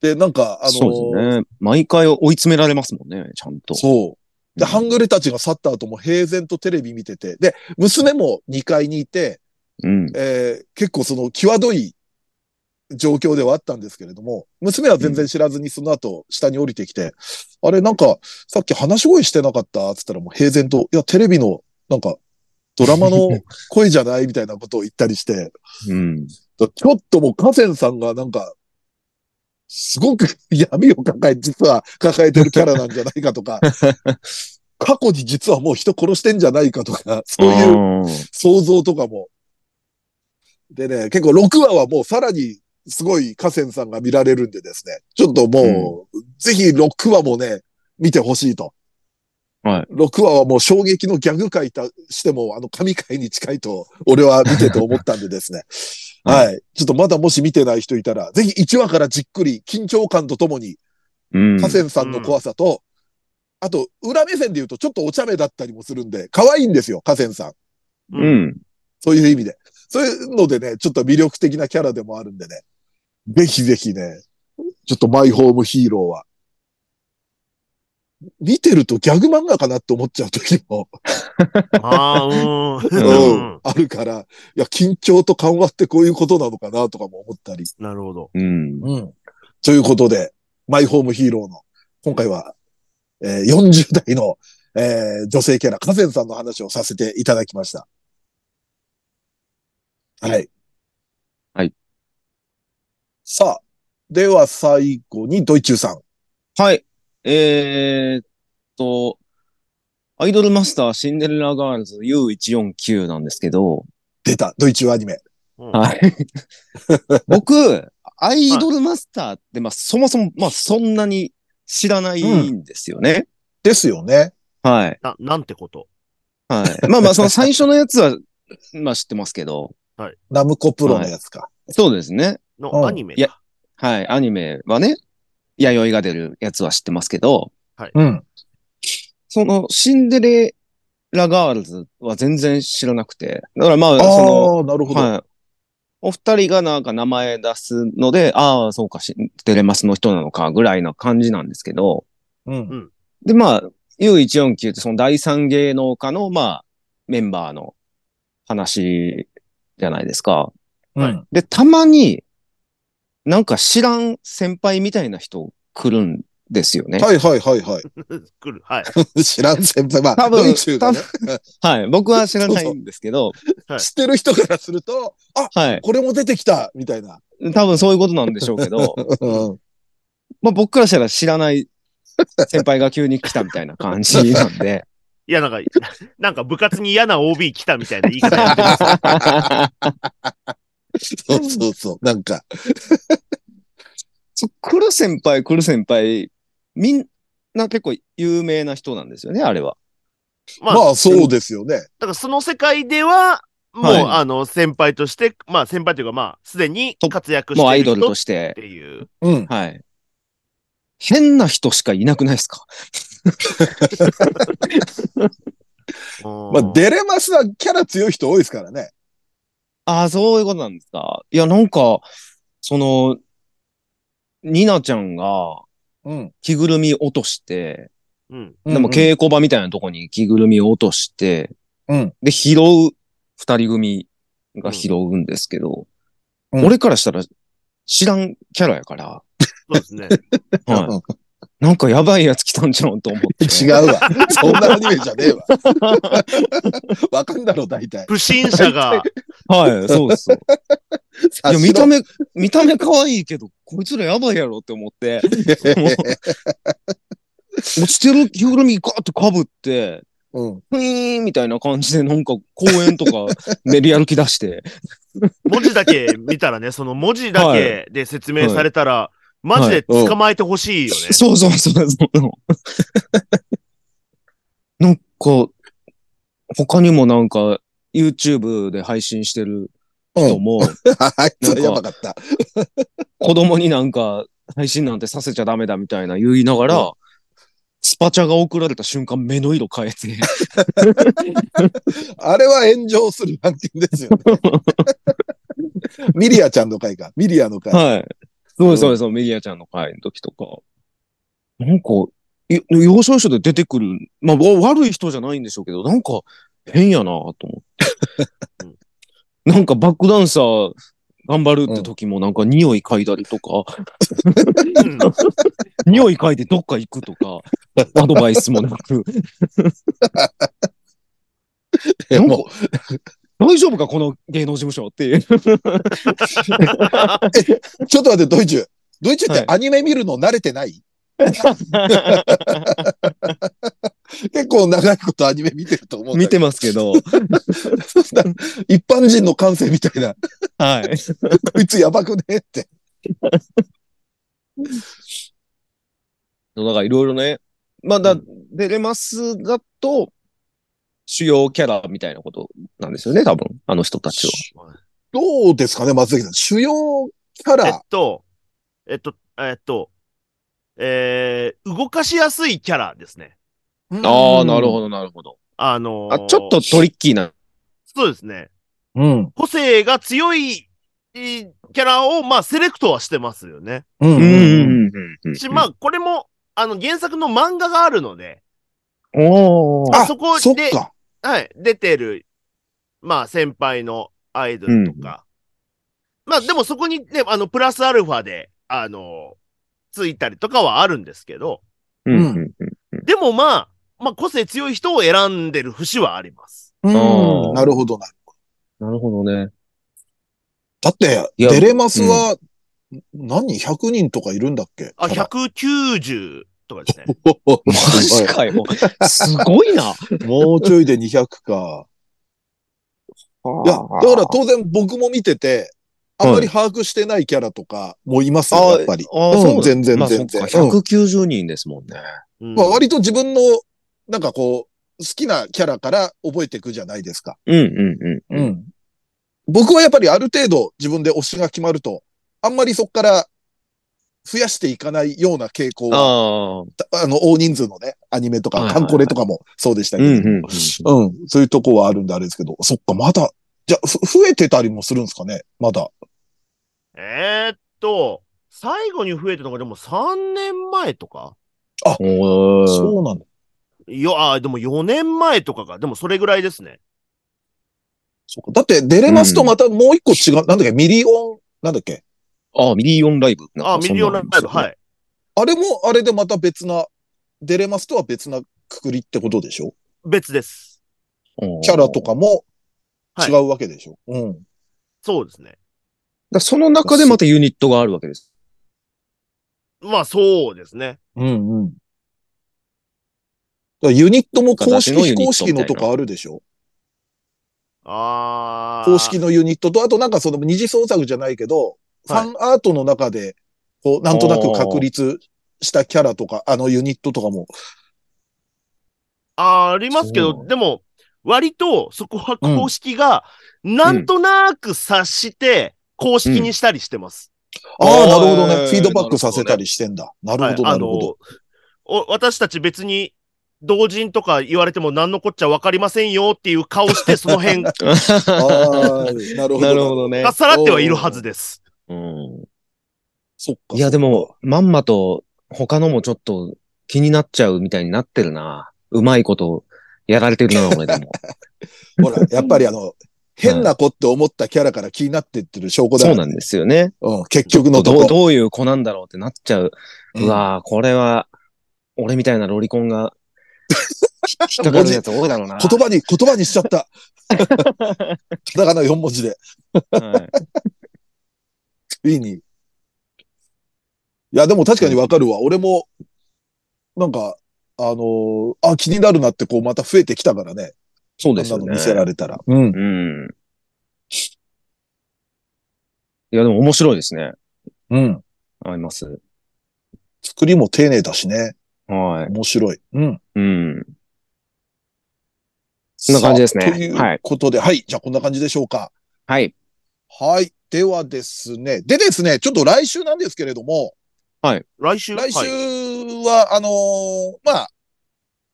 [SPEAKER 2] で、なんか、あのー
[SPEAKER 3] そうですね。毎回追い詰められますもんね、ちゃんと。
[SPEAKER 2] そう。で、
[SPEAKER 3] うん
[SPEAKER 2] ハングレたちが去った後も平然とテレビ見てて、で、娘も2階にいて、
[SPEAKER 3] うん。
[SPEAKER 2] えー結構その際どい状況ではあったんですけれども、娘は全然知らずにその後下に降りてきて、あれなんかさっき話し声してなかったつったらもう平然と、いやテレビのなんかドラマの声じゃないみたいなことを言ったりして、
[SPEAKER 3] うん。
[SPEAKER 2] ちょっともう河川さんがなんか、すごく闇を抱え、実は抱えてるキャラなんじゃないかとか、過去に実はもう人殺してんじゃないかとか、そういう
[SPEAKER 3] う。
[SPEAKER 2] 想像とかも。でね、結構6話はもうさらにすごい河川さんが見られるんでですね、ちょっともう、ぜひ6話もね、見てほしいと。
[SPEAKER 3] はい
[SPEAKER 2] 6話はもう衝撃のギャグ回たしても、あの、神回に近いと、俺は見てて思ったんでです ね。はい。ちょっとまだもし見てない人いたら、ぜひ1話からじっくり、緊張感とともに、
[SPEAKER 3] うん。
[SPEAKER 2] 河川さんの怖さと、あと、裏目線で言うとちょっとお茶目だったりもするんで、可愛いんですよ、河川さん。
[SPEAKER 3] う。ん。
[SPEAKER 2] そういう意味で。そういうのでね、ちょっと魅力的なキャラでもあるんでね。ぜひぜひね、ちょっとマイホームヒーローは。見てるとギャグ漫画かなって思っちゃう時も、
[SPEAKER 4] ああ、うん。
[SPEAKER 2] う
[SPEAKER 4] うん
[SPEAKER 2] んあるから、いや、緊張と緩和ってこういうことなのかなとかも思ったり。
[SPEAKER 4] なるほど。
[SPEAKER 3] うん。
[SPEAKER 2] うん。ということで、マイホームヒーローの、今回は、えー40代の、えー女性キャラ、カセンさんの話をさせていただきました。はい。
[SPEAKER 3] はい。
[SPEAKER 2] さあ、では最後にドイチューさん。
[SPEAKER 3] はい。えー、っと、アイドルマスターシンデレラガールズ U149 なんですけど、
[SPEAKER 2] 出た、ドイチューアニメ。
[SPEAKER 4] うん
[SPEAKER 3] はい。 僕、アイドルマスターって、まあ、そもそも、まあ、そんなに知らないんですよね。
[SPEAKER 2] ですよね。
[SPEAKER 3] はい。
[SPEAKER 4] な、なんてこと。
[SPEAKER 3] はい。まあまあ、その最初のやつは、まあ知ってますけど、
[SPEAKER 2] ナムコプロのやつか。
[SPEAKER 3] そうですね。
[SPEAKER 2] うん
[SPEAKER 4] のアニメ。
[SPEAKER 3] いやはい。アニメはね、弥生が出るやつは知ってますけど、
[SPEAKER 2] うん。
[SPEAKER 3] その、シンデレラガールズは全然知らなくて。だからまあ、その、
[SPEAKER 2] ああ、なるほど。
[SPEAKER 3] はい。お二人がなんか名前出すので、ああ、そうか、しテレマスの人なのか、ぐらいな感じなんですけど、
[SPEAKER 2] うん。
[SPEAKER 3] で、まあ、U149 ってその第三芸能家の、まあ、メンバーの話じゃないですか。
[SPEAKER 2] う
[SPEAKER 4] は
[SPEAKER 2] ん。
[SPEAKER 3] で、たまに、なんか知らん先輩みたいな人来るんですよね。
[SPEAKER 2] はいはいはいは
[SPEAKER 4] 来る。はい。
[SPEAKER 2] い。 知らん先輩。まあ、
[SPEAKER 3] 多分
[SPEAKER 2] ドイチューがね、
[SPEAKER 3] はい。僕は知らないんですけど、
[SPEAKER 4] はい
[SPEAKER 2] 知ってる人からすると、あ、
[SPEAKER 3] はい。
[SPEAKER 2] これも出てきたみたいな。
[SPEAKER 3] 多分そういうことなんでしょうけど、
[SPEAKER 2] うん。
[SPEAKER 3] まあ僕からしたら知らない先輩が急に来たみたいな感じなんで、
[SPEAKER 4] いや、なんか、 なんか部活に嫌な OB 来たみたいな言い 方やってる。
[SPEAKER 2] そうそうそう。なんか、
[SPEAKER 3] そう来る先輩、来る先輩、みんな結構有名な人なんですよね、あれは。
[SPEAKER 4] ま
[SPEAKER 2] ま
[SPEAKER 4] あ、
[SPEAKER 2] あ、
[SPEAKER 4] だ
[SPEAKER 2] そうですよね。
[SPEAKER 4] からその世界では、もう、
[SPEAKER 3] はい
[SPEAKER 4] あの、先輩として、まあ、先輩というか、まあ、すでに活躍して
[SPEAKER 3] もうア
[SPEAKER 4] る
[SPEAKER 3] イ
[SPEAKER 4] 人
[SPEAKER 3] ドルと
[SPEAKER 4] っ
[SPEAKER 3] して
[SPEAKER 4] て。いう。
[SPEAKER 2] うん。
[SPEAKER 3] はい。変な人しかいなくないですか
[SPEAKER 2] ま
[SPEAKER 4] ま
[SPEAKER 2] あ、、デレマスはキャラ強い人多いですからね。
[SPEAKER 3] ああ、そういうことなんですか。いや、なんか、その、ニナちゃんが
[SPEAKER 2] うん。
[SPEAKER 3] 着ぐるみ落として、
[SPEAKER 4] うん。
[SPEAKER 3] でも稽古場みたいなとこに着ぐるみを落として、
[SPEAKER 2] うん
[SPEAKER 3] で、拾う二人組が拾うんですけど、
[SPEAKER 2] うん
[SPEAKER 3] 俺からしたら知らんキャラやから、
[SPEAKER 4] そうですね。
[SPEAKER 3] はい。
[SPEAKER 2] うん
[SPEAKER 3] なんかやばいやつ来たんじゃんと思って。
[SPEAKER 2] 違う わ。そんなアニメじゃねえわ。 わかんだろ、大 体。
[SPEAKER 4] 不審者が、
[SPEAKER 3] はい、そうです。いや、
[SPEAKER 2] 察し
[SPEAKER 3] 見た
[SPEAKER 2] ろ
[SPEAKER 3] 目、見た目可愛いけど、こいつらやばいやろって思って、落ちてる着ぐるみガーって被って、
[SPEAKER 2] うん。
[SPEAKER 3] ふいーんみたいな感じで、なんか公園とか練り歩き出して、
[SPEAKER 4] 文字だけ見たらね、その文字だけで説明されたら、マジで捕まえてほしいよね。
[SPEAKER 3] そうそうそうそう。 なんか、他にもなんか、YouTube で配信してる
[SPEAKER 2] う
[SPEAKER 3] 人
[SPEAKER 2] ん。
[SPEAKER 3] も、
[SPEAKER 2] あいつはやばかった。
[SPEAKER 3] 子供になんか配信なんてさせちゃダメだみたいな言いながら、スパチャが送られた瞬間、目の色変えて、
[SPEAKER 2] あれは炎上する案件ですよね。ミリアちゃんの回か。ミリアの回。
[SPEAKER 3] はい。そうです、そうです、メディアちゃんの会の時とか。なんか、い要所要所で出てくる、まあ、わ悪い人じゃないんでしょうけど、なんか変やなと思 って
[SPEAKER 4] うん。
[SPEAKER 3] なんかバックダンサー頑張るって時もなんか匂い嗅いだりとか、
[SPEAKER 4] うん
[SPEAKER 3] 匂い嗅いでどっか行くと か、アドバイスもなく、
[SPEAKER 2] で
[SPEAKER 3] なんか
[SPEAKER 2] も
[SPEAKER 3] 大丈夫かこの芸能事務所って いう。
[SPEAKER 2] うちょっと待って、ドイツ。ドイツっ
[SPEAKER 3] は
[SPEAKER 2] て
[SPEAKER 3] い
[SPEAKER 2] アニメ見るの慣れてない、結構長いことアニメ見てると思うんだ
[SPEAKER 3] 見
[SPEAKER 2] け
[SPEAKER 3] て
[SPEAKER 2] ど。
[SPEAKER 3] ますけど、
[SPEAKER 2] 一般人の感性みたいな。
[SPEAKER 3] はい。
[SPEAKER 2] こ いつやばくねって。
[SPEAKER 3] だからいろいろね、まあだ、デレマスだと、主要キャラみたいなことなんですよね、多分、あの人たちは。
[SPEAKER 2] どうですかね、松崎さん。主要キャ
[SPEAKER 4] えっ
[SPEAKER 2] ラ。
[SPEAKER 4] と、えっと、えっと、えー、動かしやすいキャラですね。
[SPEAKER 3] ああ、なるほど、なるほど。
[SPEAKER 4] あのー
[SPEAKER 3] あ、ちょっとトリッキーな。
[SPEAKER 4] そうですね。
[SPEAKER 2] ど。うん。
[SPEAKER 4] 個性が強いえーキャラを、まあ、セレクトはしてますよね。
[SPEAKER 2] うんう
[SPEAKER 3] うん
[SPEAKER 2] ん。
[SPEAKER 3] うん
[SPEAKER 4] し、まあ、これも、あの、原作の漫画があるので、
[SPEAKER 3] おー
[SPEAKER 2] あ、
[SPEAKER 4] そこで
[SPEAKER 2] そっか。
[SPEAKER 4] はい、出てる、まあ、先輩のアイドルとか。まあ、でもそこにね、あの、プラスアルファで、あの、ついたりとかはあるんですけど、
[SPEAKER 3] うんうん
[SPEAKER 4] でもまあ、まあ、個性強い人を選んでる節はあります。
[SPEAKER 2] うん
[SPEAKER 3] あー
[SPEAKER 2] なるほどな。
[SPEAKER 3] なるほどね。
[SPEAKER 2] だって、
[SPEAKER 3] いや
[SPEAKER 2] デレマスは、何 ?100 人とかいるんだっけ
[SPEAKER 4] あ、
[SPEAKER 2] キャラ
[SPEAKER 4] 190とかですね。
[SPEAKER 3] マジかよ。すごいな。
[SPEAKER 2] もうちょいで200か。いや、だから当然僕も見てて、あんまり把握してないキャラとかもいますよ、
[SPEAKER 3] あー
[SPEAKER 2] やっぱり。
[SPEAKER 3] あーそう
[SPEAKER 2] うん全然
[SPEAKER 3] まあ、そ
[SPEAKER 2] 全
[SPEAKER 3] っか、
[SPEAKER 2] 然。うん
[SPEAKER 3] 190人ですもんね。
[SPEAKER 4] うん
[SPEAKER 2] まあ割と自分の、なんかこう、好きなキャラから覚えていくじゃないですか。
[SPEAKER 3] うんうんうん。
[SPEAKER 2] ん。僕はやっぱりある程度自分で推しが決まると、あんまりそこから増やしていかないような傾向は
[SPEAKER 3] ああ。
[SPEAKER 2] あの、大人数のね、アニメとか、
[SPEAKER 3] はいはいは
[SPEAKER 2] カ
[SPEAKER 3] い
[SPEAKER 2] ンコレとかもそうでした
[SPEAKER 3] う
[SPEAKER 2] け
[SPEAKER 3] ん
[SPEAKER 2] ど、う
[SPEAKER 3] う
[SPEAKER 2] ん
[SPEAKER 3] うん。
[SPEAKER 2] ん、そういうとこはあるんであれですけど、そっか、まだ、じゃあ、ふ増えてたりもするんですかね、まだ。
[SPEAKER 4] えーっと、最後に増えたのがでも3年前とか
[SPEAKER 3] おー
[SPEAKER 2] そうなんだ。
[SPEAKER 4] よ、あー、でも4年前とかが、でもそれぐらいですね。
[SPEAKER 2] そっか。だって、デレマスとまたもう一個違う、なんだっけ、ミリオン、なんだっけ。
[SPEAKER 3] あー、ミリオンライブ。。
[SPEAKER 4] あー、ミリオンライブ、はいい。
[SPEAKER 2] あれも、あれでまた別な、デレマスとは別なくくりってことでしょ
[SPEAKER 4] 別です。
[SPEAKER 2] キャラとかも
[SPEAKER 4] はい
[SPEAKER 2] 違うわけでしょ、うん。
[SPEAKER 4] そうですね。
[SPEAKER 3] だからその中でまたユニットがあるわけです。
[SPEAKER 4] まあ、そうですね。
[SPEAKER 2] うんうん。だからユニットも公式、
[SPEAKER 3] 形の
[SPEAKER 2] 非
[SPEAKER 3] ユニット
[SPEAKER 2] 公式の
[SPEAKER 3] みた
[SPEAKER 2] と
[SPEAKER 3] いな
[SPEAKER 2] かあるでしょ
[SPEAKER 4] あー。
[SPEAKER 2] 公式のユニットと、あとなんかその二次創作じゃないけど、フ
[SPEAKER 4] はい
[SPEAKER 2] ァンアートの中で、こう、なんとなく確立したキャラとか、あのユニットとかも。
[SPEAKER 4] あーありますけ
[SPEAKER 3] そ
[SPEAKER 4] ど、
[SPEAKER 3] う
[SPEAKER 4] でも、割とそこは公式が、なんとなく察して、公式にしたりしてます。
[SPEAKER 2] ああ、なるほど
[SPEAKER 3] え
[SPEAKER 2] ね。
[SPEAKER 3] ー
[SPEAKER 2] フィードバックさせたりしてんだ。なる
[SPEAKER 4] はい
[SPEAKER 2] ほど、
[SPEAKER 4] あ
[SPEAKER 2] なるほど。
[SPEAKER 4] のお、私たち別に、同人とか言われても何のこっちゃわかりませんよっていう顔して、その辺が
[SPEAKER 2] あーなるほど。
[SPEAKER 3] なるほどね。
[SPEAKER 4] さらってはいるはずです。
[SPEAKER 3] うん
[SPEAKER 2] そっか。
[SPEAKER 3] いや、でも、まんまと他のもちょっと気になっちゃうみたいになってるな。うまいことやられてるな、俺で も。
[SPEAKER 2] ほら、やっぱりあの、変な子って思ったキャラから気になってってる証拠だ
[SPEAKER 3] そ
[SPEAKER 2] か
[SPEAKER 3] う
[SPEAKER 2] ら
[SPEAKER 3] なんですよね。
[SPEAKER 2] うん、結局のと
[SPEAKER 3] どう
[SPEAKER 2] こ。
[SPEAKER 3] どういう子なんだろうってなっちゃう。
[SPEAKER 2] うん
[SPEAKER 3] うわぁ、これは、俺みたいなロリコンが、引っかかるやつ多いだろうな。
[SPEAKER 2] 言葉に、言葉にしちゃ った。カタカナ4文字で。
[SPEAKER 3] はい
[SPEAKER 2] いいに。いや、でも確かにわかるわ。俺も、なんか、あのーあ、気になるなってこう、また増えてきたからね。
[SPEAKER 3] そ
[SPEAKER 2] こ
[SPEAKER 3] うで
[SPEAKER 2] ん
[SPEAKER 3] す
[SPEAKER 2] な
[SPEAKER 3] よ
[SPEAKER 2] の
[SPEAKER 3] ね。
[SPEAKER 2] 見せられたら。うん。
[SPEAKER 3] うん。いや、でも面白いですね。
[SPEAKER 2] うん。
[SPEAKER 3] あります。
[SPEAKER 2] 作りも丁寧だしね。
[SPEAKER 3] は
[SPEAKER 2] 面白い。うん。
[SPEAKER 3] い。うん。そんな感じですね
[SPEAKER 2] さあとい
[SPEAKER 3] はいう
[SPEAKER 2] ことで、はい。じゃあこんな感じでしょうか。
[SPEAKER 3] はい。
[SPEAKER 2] はい。ではですね。でですね、ちょっと来週なんですけれども、
[SPEAKER 4] 来週
[SPEAKER 2] 来週
[SPEAKER 4] はい
[SPEAKER 2] は、あのーまあ、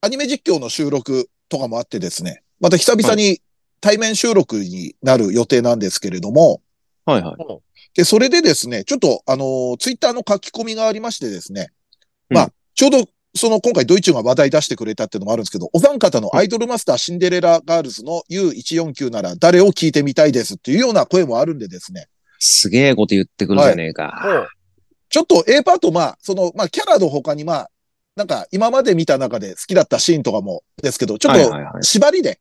[SPEAKER 2] アニメ実況の収録とかもあってですね、また久々に対面収録になる予定なんですけれども、
[SPEAKER 3] はいはい。
[SPEAKER 2] で、それでですね、ちょっとあのツイッター Twitter の書き込みがありましてですね、まあ、
[SPEAKER 3] う
[SPEAKER 2] ちょうどその今回ドイツが話題出してくれたっていうのもあるんですけど、お三方のアイドルマスターシンデレラガールズの U149 なら誰を聞いてみたいですっていうような声もあるんでですね、
[SPEAKER 3] すげえこと言ってくるじゃねえか。
[SPEAKER 4] ほう
[SPEAKER 2] ちょっと A パート、まあ、その、まあ、キャラの他に、まあ、なんか、今まで見た中で好きだったシーンとかもですけど、ちょっ
[SPEAKER 3] はい
[SPEAKER 2] と、
[SPEAKER 3] はいはい。
[SPEAKER 2] 縛りで、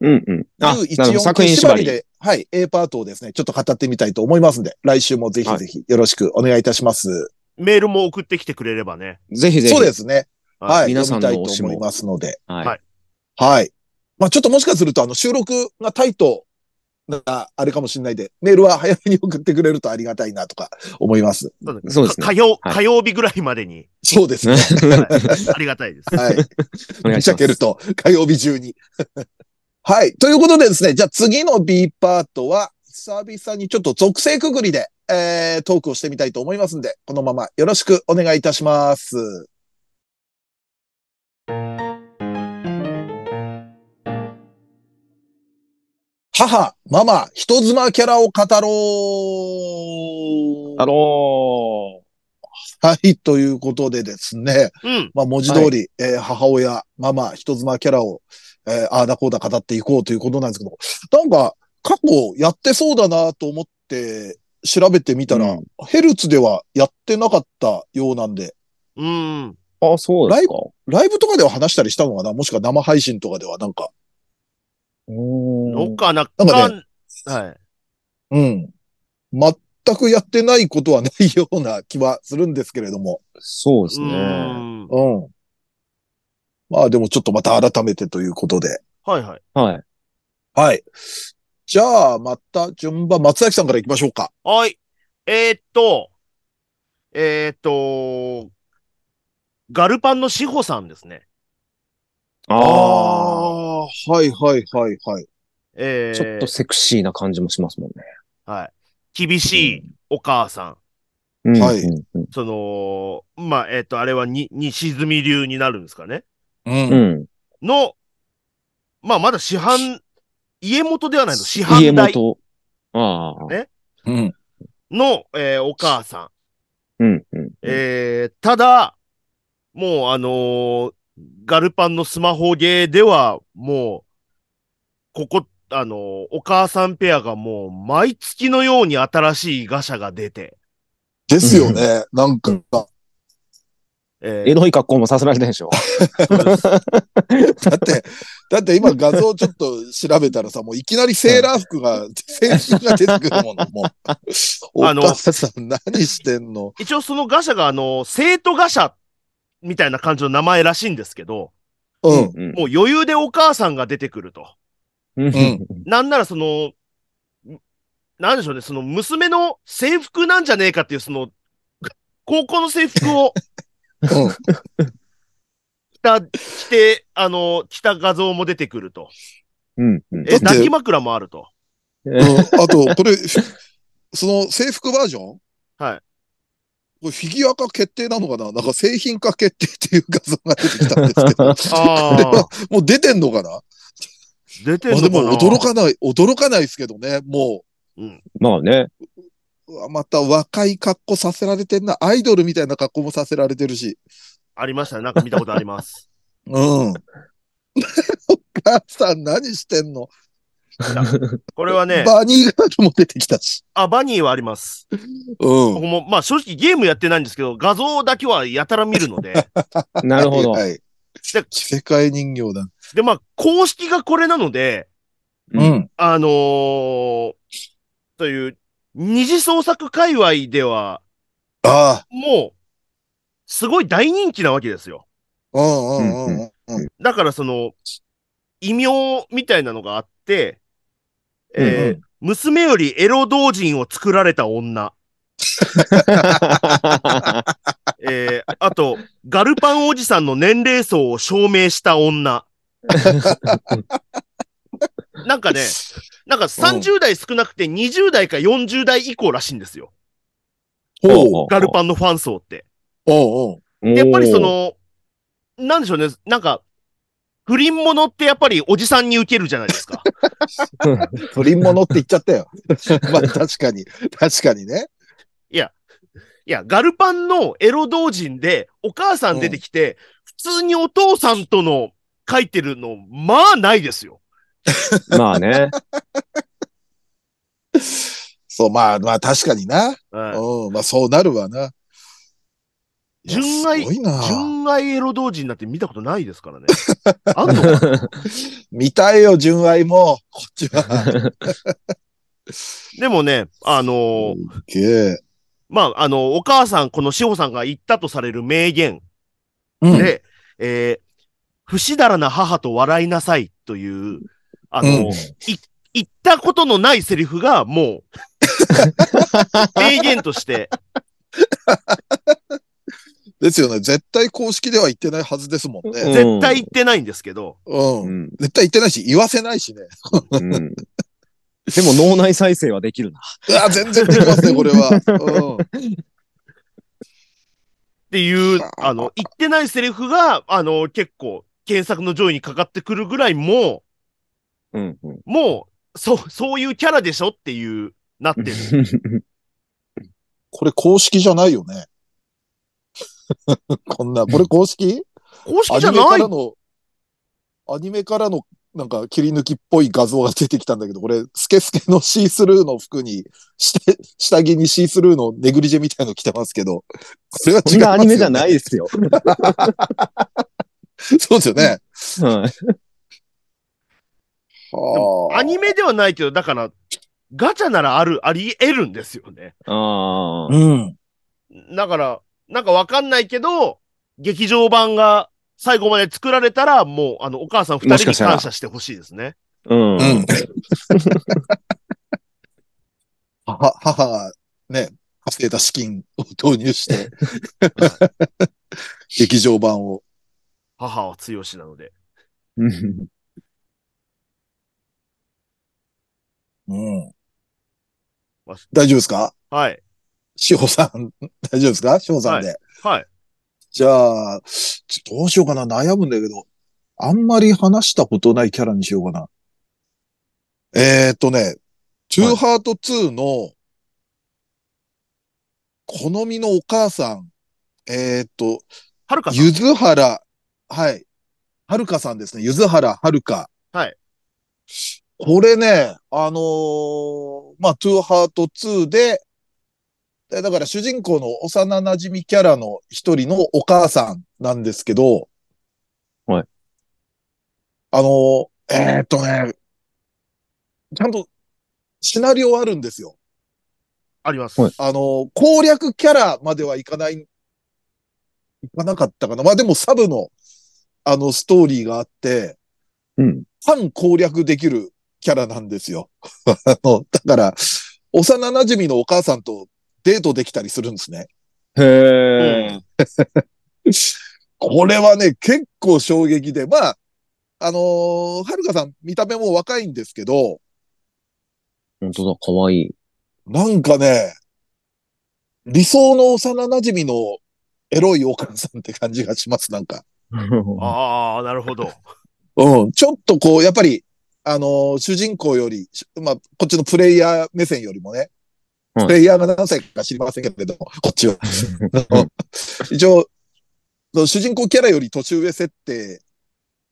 [SPEAKER 3] うんうん。あ、
[SPEAKER 2] U149
[SPEAKER 3] なるほど作品縛り。
[SPEAKER 2] で、はい、A パートをですね、ちょっと語ってみたいと思いますんで、来週もぜひぜひよろしくお願いいたします。
[SPEAKER 4] メールも送ってきてくれればね。
[SPEAKER 3] ぜひぜひ。
[SPEAKER 2] そうですね。
[SPEAKER 4] はい
[SPEAKER 2] はい、
[SPEAKER 3] 皆さんの
[SPEAKER 2] 読み
[SPEAKER 3] 推
[SPEAKER 2] たい
[SPEAKER 3] し
[SPEAKER 2] と
[SPEAKER 3] も
[SPEAKER 2] 思いますので、
[SPEAKER 3] はい。
[SPEAKER 4] はい
[SPEAKER 2] はい。まあ、ちょっともしかすると、あの、収録がタイトな、あれかもしれないで、メールは早めに送ってくれるとありがたいなとか思います。
[SPEAKER 3] そうですね
[SPEAKER 4] か火曜、
[SPEAKER 3] はい
[SPEAKER 4] 火曜日ぐらいまで に。
[SPEAKER 2] そうですね。
[SPEAKER 4] はいありがたいです。
[SPEAKER 2] はい。
[SPEAKER 3] お願い
[SPEAKER 2] ぶっ
[SPEAKER 3] し
[SPEAKER 2] ちゃ
[SPEAKER 3] ま
[SPEAKER 2] ける
[SPEAKER 3] す。
[SPEAKER 2] と、火曜日中に。 はい。ということでですね、じゃあ次の B パートは、久々にちょっと属性くぐりで、えー、トークをしてみたいと思いますんで、このままよろしくお願いいたします。母、ママ、人妻キャラを語ろう。
[SPEAKER 3] あのー、
[SPEAKER 2] はい、ということでですね。
[SPEAKER 4] うん。
[SPEAKER 2] まあ、文字通り、えー母親、ママ、人妻キャラを、えーああだこうだ語っていこうということなんですけど、なんか、過去やってそうだなと思って調べてみたら、
[SPEAKER 3] う
[SPEAKER 2] ヘルツではやってなかったようなんで、
[SPEAKER 4] うん。
[SPEAKER 3] あ、そうですか。
[SPEAKER 2] ライブとかでは話したりしたのかなもしくは生配信とかではなんか、
[SPEAKER 4] どっ
[SPEAKER 3] お
[SPEAKER 4] かな
[SPEAKER 2] なんか
[SPEAKER 4] はい。
[SPEAKER 2] うん。全くやってないことはないような気はするんですけれども、
[SPEAKER 3] そうです
[SPEAKER 4] う
[SPEAKER 3] ね。
[SPEAKER 4] ん。
[SPEAKER 2] うん。まあでもちょっとまた改めてということで、
[SPEAKER 4] はいはい。
[SPEAKER 3] はい。
[SPEAKER 2] はい。じゃあ、また順番、松崎さんから行きましょうか。
[SPEAKER 4] はい。えーっと、えーっと、ガルパンの志保さんですね。
[SPEAKER 3] ああ。
[SPEAKER 2] あー、はいはいはいはい。
[SPEAKER 4] えー、
[SPEAKER 3] ちょっとセクシーな感じもしますもんね。
[SPEAKER 4] はい。厳しいお母さん。
[SPEAKER 3] うん
[SPEAKER 2] はい
[SPEAKER 3] うんうん
[SPEAKER 4] その、まあ、えーっと、あれはに、西住流になるんですかね。
[SPEAKER 2] うん。
[SPEAKER 3] うん。
[SPEAKER 4] の、まあ、まだ市販、家元ではないの、市
[SPEAKER 3] 家
[SPEAKER 4] 販代
[SPEAKER 3] 元。ああ。
[SPEAKER 4] ね
[SPEAKER 2] うん。
[SPEAKER 4] の、えーお母さん。
[SPEAKER 3] うん。うん。
[SPEAKER 4] えーただ、もうあのーガルパンのスマホゲーでは、もう、ここ、あのーお母さんペアがもう、毎月のように新しいガシャが出て、
[SPEAKER 2] ですよね。なんか、だ
[SPEAKER 4] えー
[SPEAKER 3] エロい格好もさせられたでしょ。
[SPEAKER 2] って、だって今画像ちょっと調べたらさ、もういきなりセーラー服が、制服が出てくる もん、もう。お
[SPEAKER 4] あの
[SPEAKER 2] 母さん何してんの
[SPEAKER 4] 一応そのガシャが、あのー生徒ガシャみたいな感じの名前らしいんですけど、
[SPEAKER 2] うん。
[SPEAKER 3] うん。
[SPEAKER 4] もう余裕でお母さんが出てくると。
[SPEAKER 3] うん
[SPEAKER 2] ん
[SPEAKER 4] なんならその、んなんでしょうね、その娘の制服なんじゃねえかっていう、その、高校の制服を
[SPEAKER 2] うん。
[SPEAKER 4] 着た、着て、あの、着た画像も出てくると。
[SPEAKER 3] うん。うん
[SPEAKER 4] え、
[SPEAKER 2] だって
[SPEAKER 4] 抱き枕もあると。
[SPEAKER 2] うんあと、これ、その制服バージョン
[SPEAKER 4] はい。
[SPEAKER 2] これフィギュア化決定なのかななんか製品化決定っていう画像が出てきたんですけど。これ
[SPEAKER 4] あ
[SPEAKER 2] はもう出てんのかな
[SPEAKER 4] ー出て
[SPEAKER 2] ま
[SPEAKER 4] る
[SPEAKER 2] あ
[SPEAKER 4] の
[SPEAKER 2] で
[SPEAKER 4] か
[SPEAKER 2] も
[SPEAKER 4] な
[SPEAKER 2] 驚かない、驚かないですけどね。も
[SPEAKER 3] まあね。
[SPEAKER 2] う、うわまた若い格好させられてんな。アイドルみたいな格好もさせられてるし。
[SPEAKER 4] ありましたね。なんか見たことあります。
[SPEAKER 2] うん。 お母さん何してんの、
[SPEAKER 4] これはね、
[SPEAKER 2] バニーガールも出てきたし。
[SPEAKER 4] あ、バニーはあります。
[SPEAKER 2] うん。
[SPEAKER 4] 僕も、まあ正直ゲームやってないんですけど、画像だけはやたら見るので。
[SPEAKER 3] なるほど
[SPEAKER 2] は。いはい。
[SPEAKER 4] で
[SPEAKER 2] 着せ替え人形だ。
[SPEAKER 4] で、まあ、公式がこれなので、
[SPEAKER 3] うん
[SPEAKER 2] うん。
[SPEAKER 4] あのーという、二次創作界隈では、
[SPEAKER 2] ああ。
[SPEAKER 4] もう、すごい大人気なわけですよ。
[SPEAKER 2] うんうんうんうん。うん
[SPEAKER 4] だからその、異名みたいなのがあって、えー
[SPEAKER 2] うんう
[SPEAKER 4] 娘よりエロ同人を作られた女。えーあと、ガルパンおじさんの年齢層を証明した 女。なんかね、なんか30代少なくて20代か40代以降らしいんですよ。
[SPEAKER 2] ほう。
[SPEAKER 4] ガルパンのファン層って。
[SPEAKER 2] おうおう。
[SPEAKER 3] ン
[SPEAKER 4] でやっぱりそ、の、なんでしょうね、なんか、不倫ものってやっぱりおじさんに受けるじゃないです か。
[SPEAKER 2] 不倫者って言っちゃったよ。 まあ確かに、確かにね。
[SPEAKER 4] いや、ガルパンのエロ同人でお母さん出てきて、普通にお父さんとの書いてるの、まあないですよ。
[SPEAKER 3] まあね。
[SPEAKER 2] そう、まあまあ確かにな。
[SPEAKER 4] はい
[SPEAKER 2] うん、まあそうなるわな。いや
[SPEAKER 4] 純愛
[SPEAKER 2] すごいな。
[SPEAKER 4] 純愛エロ同人なんて見たことないですから ね。あんのかな
[SPEAKER 2] 見たいよ、純愛も。こっち は。
[SPEAKER 4] でもね、あのー
[SPEAKER 2] すっげえ
[SPEAKER 4] まあ、あの、お母さん、この志保さんが言ったとされる名言
[SPEAKER 2] うん
[SPEAKER 4] で、えー不死だらな母と笑いなさいという、あの、
[SPEAKER 2] うん
[SPEAKER 4] 言ったことのないセリフが もう、名言として、
[SPEAKER 2] ですよね。絶対公式では言ってないはずですもんね。
[SPEAKER 4] 絶対言ってないんですけど、
[SPEAKER 2] うん。
[SPEAKER 3] うん。
[SPEAKER 2] 絶対言ってないし、言わせないしね。
[SPEAKER 3] うん。でも脳内再生はできるな。
[SPEAKER 2] あ全然できます ね、これは。うん。
[SPEAKER 4] っていう、あの、言ってないセリフが、あの、結構、検索の上位にかかってくるぐらいも
[SPEAKER 3] うん。うん
[SPEAKER 4] う、もう、そう、そういうキャラでしょっていう、なってる。
[SPEAKER 2] これ公式じゃないよね。 こんな、これ公式
[SPEAKER 4] 公式
[SPEAKER 2] ア
[SPEAKER 4] じゃ
[SPEAKER 2] ニメ
[SPEAKER 4] な
[SPEAKER 2] か
[SPEAKER 4] い
[SPEAKER 2] らの、アニメからのなんか切り抜きっぽい画像が出てきたんだけど、これ、スケスケのシースルーの服に、して 下着にシースルーのネグリジェみたいの着てますけど、これは違
[SPEAKER 3] そ
[SPEAKER 2] いますよ、ね。
[SPEAKER 3] んなアニメじゃないですよ。
[SPEAKER 2] そうですよね。
[SPEAKER 3] はい
[SPEAKER 2] はあ
[SPEAKER 4] アニメではないけど、だから、ガチャならある、あり得るんですよね。
[SPEAKER 3] ああ。
[SPEAKER 2] うん。
[SPEAKER 4] だから、なんかわかんないけど、劇場版が最後まで作られたら、もう、あの、お母さん二
[SPEAKER 3] もし
[SPEAKER 4] 人
[SPEAKER 3] か
[SPEAKER 4] に
[SPEAKER 3] したら
[SPEAKER 4] 感謝してほしいですね。
[SPEAKER 3] うん。
[SPEAKER 2] うん。 母、母がね、稼いだ資金を投入して、 劇場版を。
[SPEAKER 4] 母は強しなので。
[SPEAKER 3] うん
[SPEAKER 2] うん
[SPEAKER 4] わし。
[SPEAKER 2] 大丈夫ですか
[SPEAKER 4] はい。
[SPEAKER 2] 志保さん、大丈夫ですか志保さんで。
[SPEAKER 4] はい。
[SPEAKER 2] じゃあ、ちょどうしようかな、悩むんだけど、あんまり話したことないキャラにしようかな。えーっとね、トゥーハート2の、好みのお母さん、えーっと、
[SPEAKER 4] はるかさん。
[SPEAKER 2] ゆずはら、はい。はるかさんですね。ゆずはらはるか。
[SPEAKER 4] はい。
[SPEAKER 2] これね、あのーまあ、トゥーハート2で、でだから主人公の幼馴染みキャラの一人のお母さんなんですけど、
[SPEAKER 3] はい。
[SPEAKER 2] あのーえーっとね、ちゃんとシナリオあるんですよ。
[SPEAKER 4] あります。
[SPEAKER 3] はい
[SPEAKER 2] あの、攻略キャラまではいかない、いかなかったかな。まあでもサブの、あの、ストーリーがあって、
[SPEAKER 3] うん。
[SPEAKER 2] 反攻略できるキャラなんですよ。 あの、だから、幼馴染のお母さんとデートできたりするんですね。
[SPEAKER 3] へ
[SPEAKER 4] う
[SPEAKER 3] え。
[SPEAKER 2] これはね、結構衝撃で、まあ、あのーはるかさん見た目も若いんですけど、
[SPEAKER 3] 本当だ、かわいい。
[SPEAKER 2] なんかね、理想の幼馴染のエロいお母さんって感じがします、なんか。
[SPEAKER 4] ああ、なるほど。
[SPEAKER 2] うん、ちょっとこう、やっぱり、あのー主人公より、しまあ、こっちのプレイヤー目線よりもね、
[SPEAKER 3] はい
[SPEAKER 2] プレイヤーが何歳か知りませんけれども、こっちは。 一応、その主人公キャラより年上設定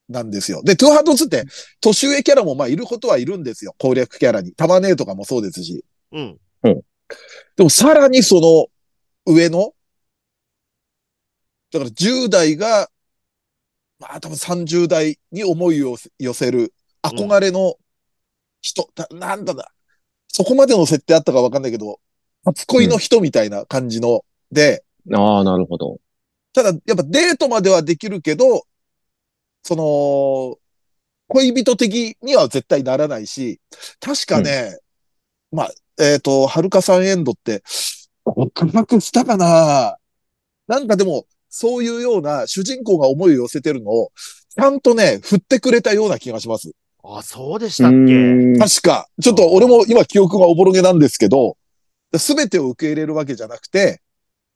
[SPEAKER 2] なんですよ。で、トゥーハート2って、年上キャラもまあいることはいるんですよ。攻略キャラに。タマネーとかもそうですし。
[SPEAKER 4] うん。
[SPEAKER 2] でもさらにその上の、だから10代が、まあ多分30代に思いを寄せる憧れの人、ななんだだ、そこまでの設定あったかわかんないけど、初恋の人みたいな感じの、で、
[SPEAKER 3] ああ、なるほど。
[SPEAKER 2] ただやっぱデートまではできるけど、その、恋人的には絶対ならないし、確かね、まあ、えっ、と、はるかさんエンドって、告白したかななんかでも、そういうような主人公が思いを寄せてるのを、ちゃんとね、振ってくれたような気がします。
[SPEAKER 4] あそうでし
[SPEAKER 3] う
[SPEAKER 4] たっけ
[SPEAKER 3] ーん
[SPEAKER 2] 確か。ちょっと俺も今記憶がおぼろげなんですけど、すべてを受け入れるわけじゃなくて、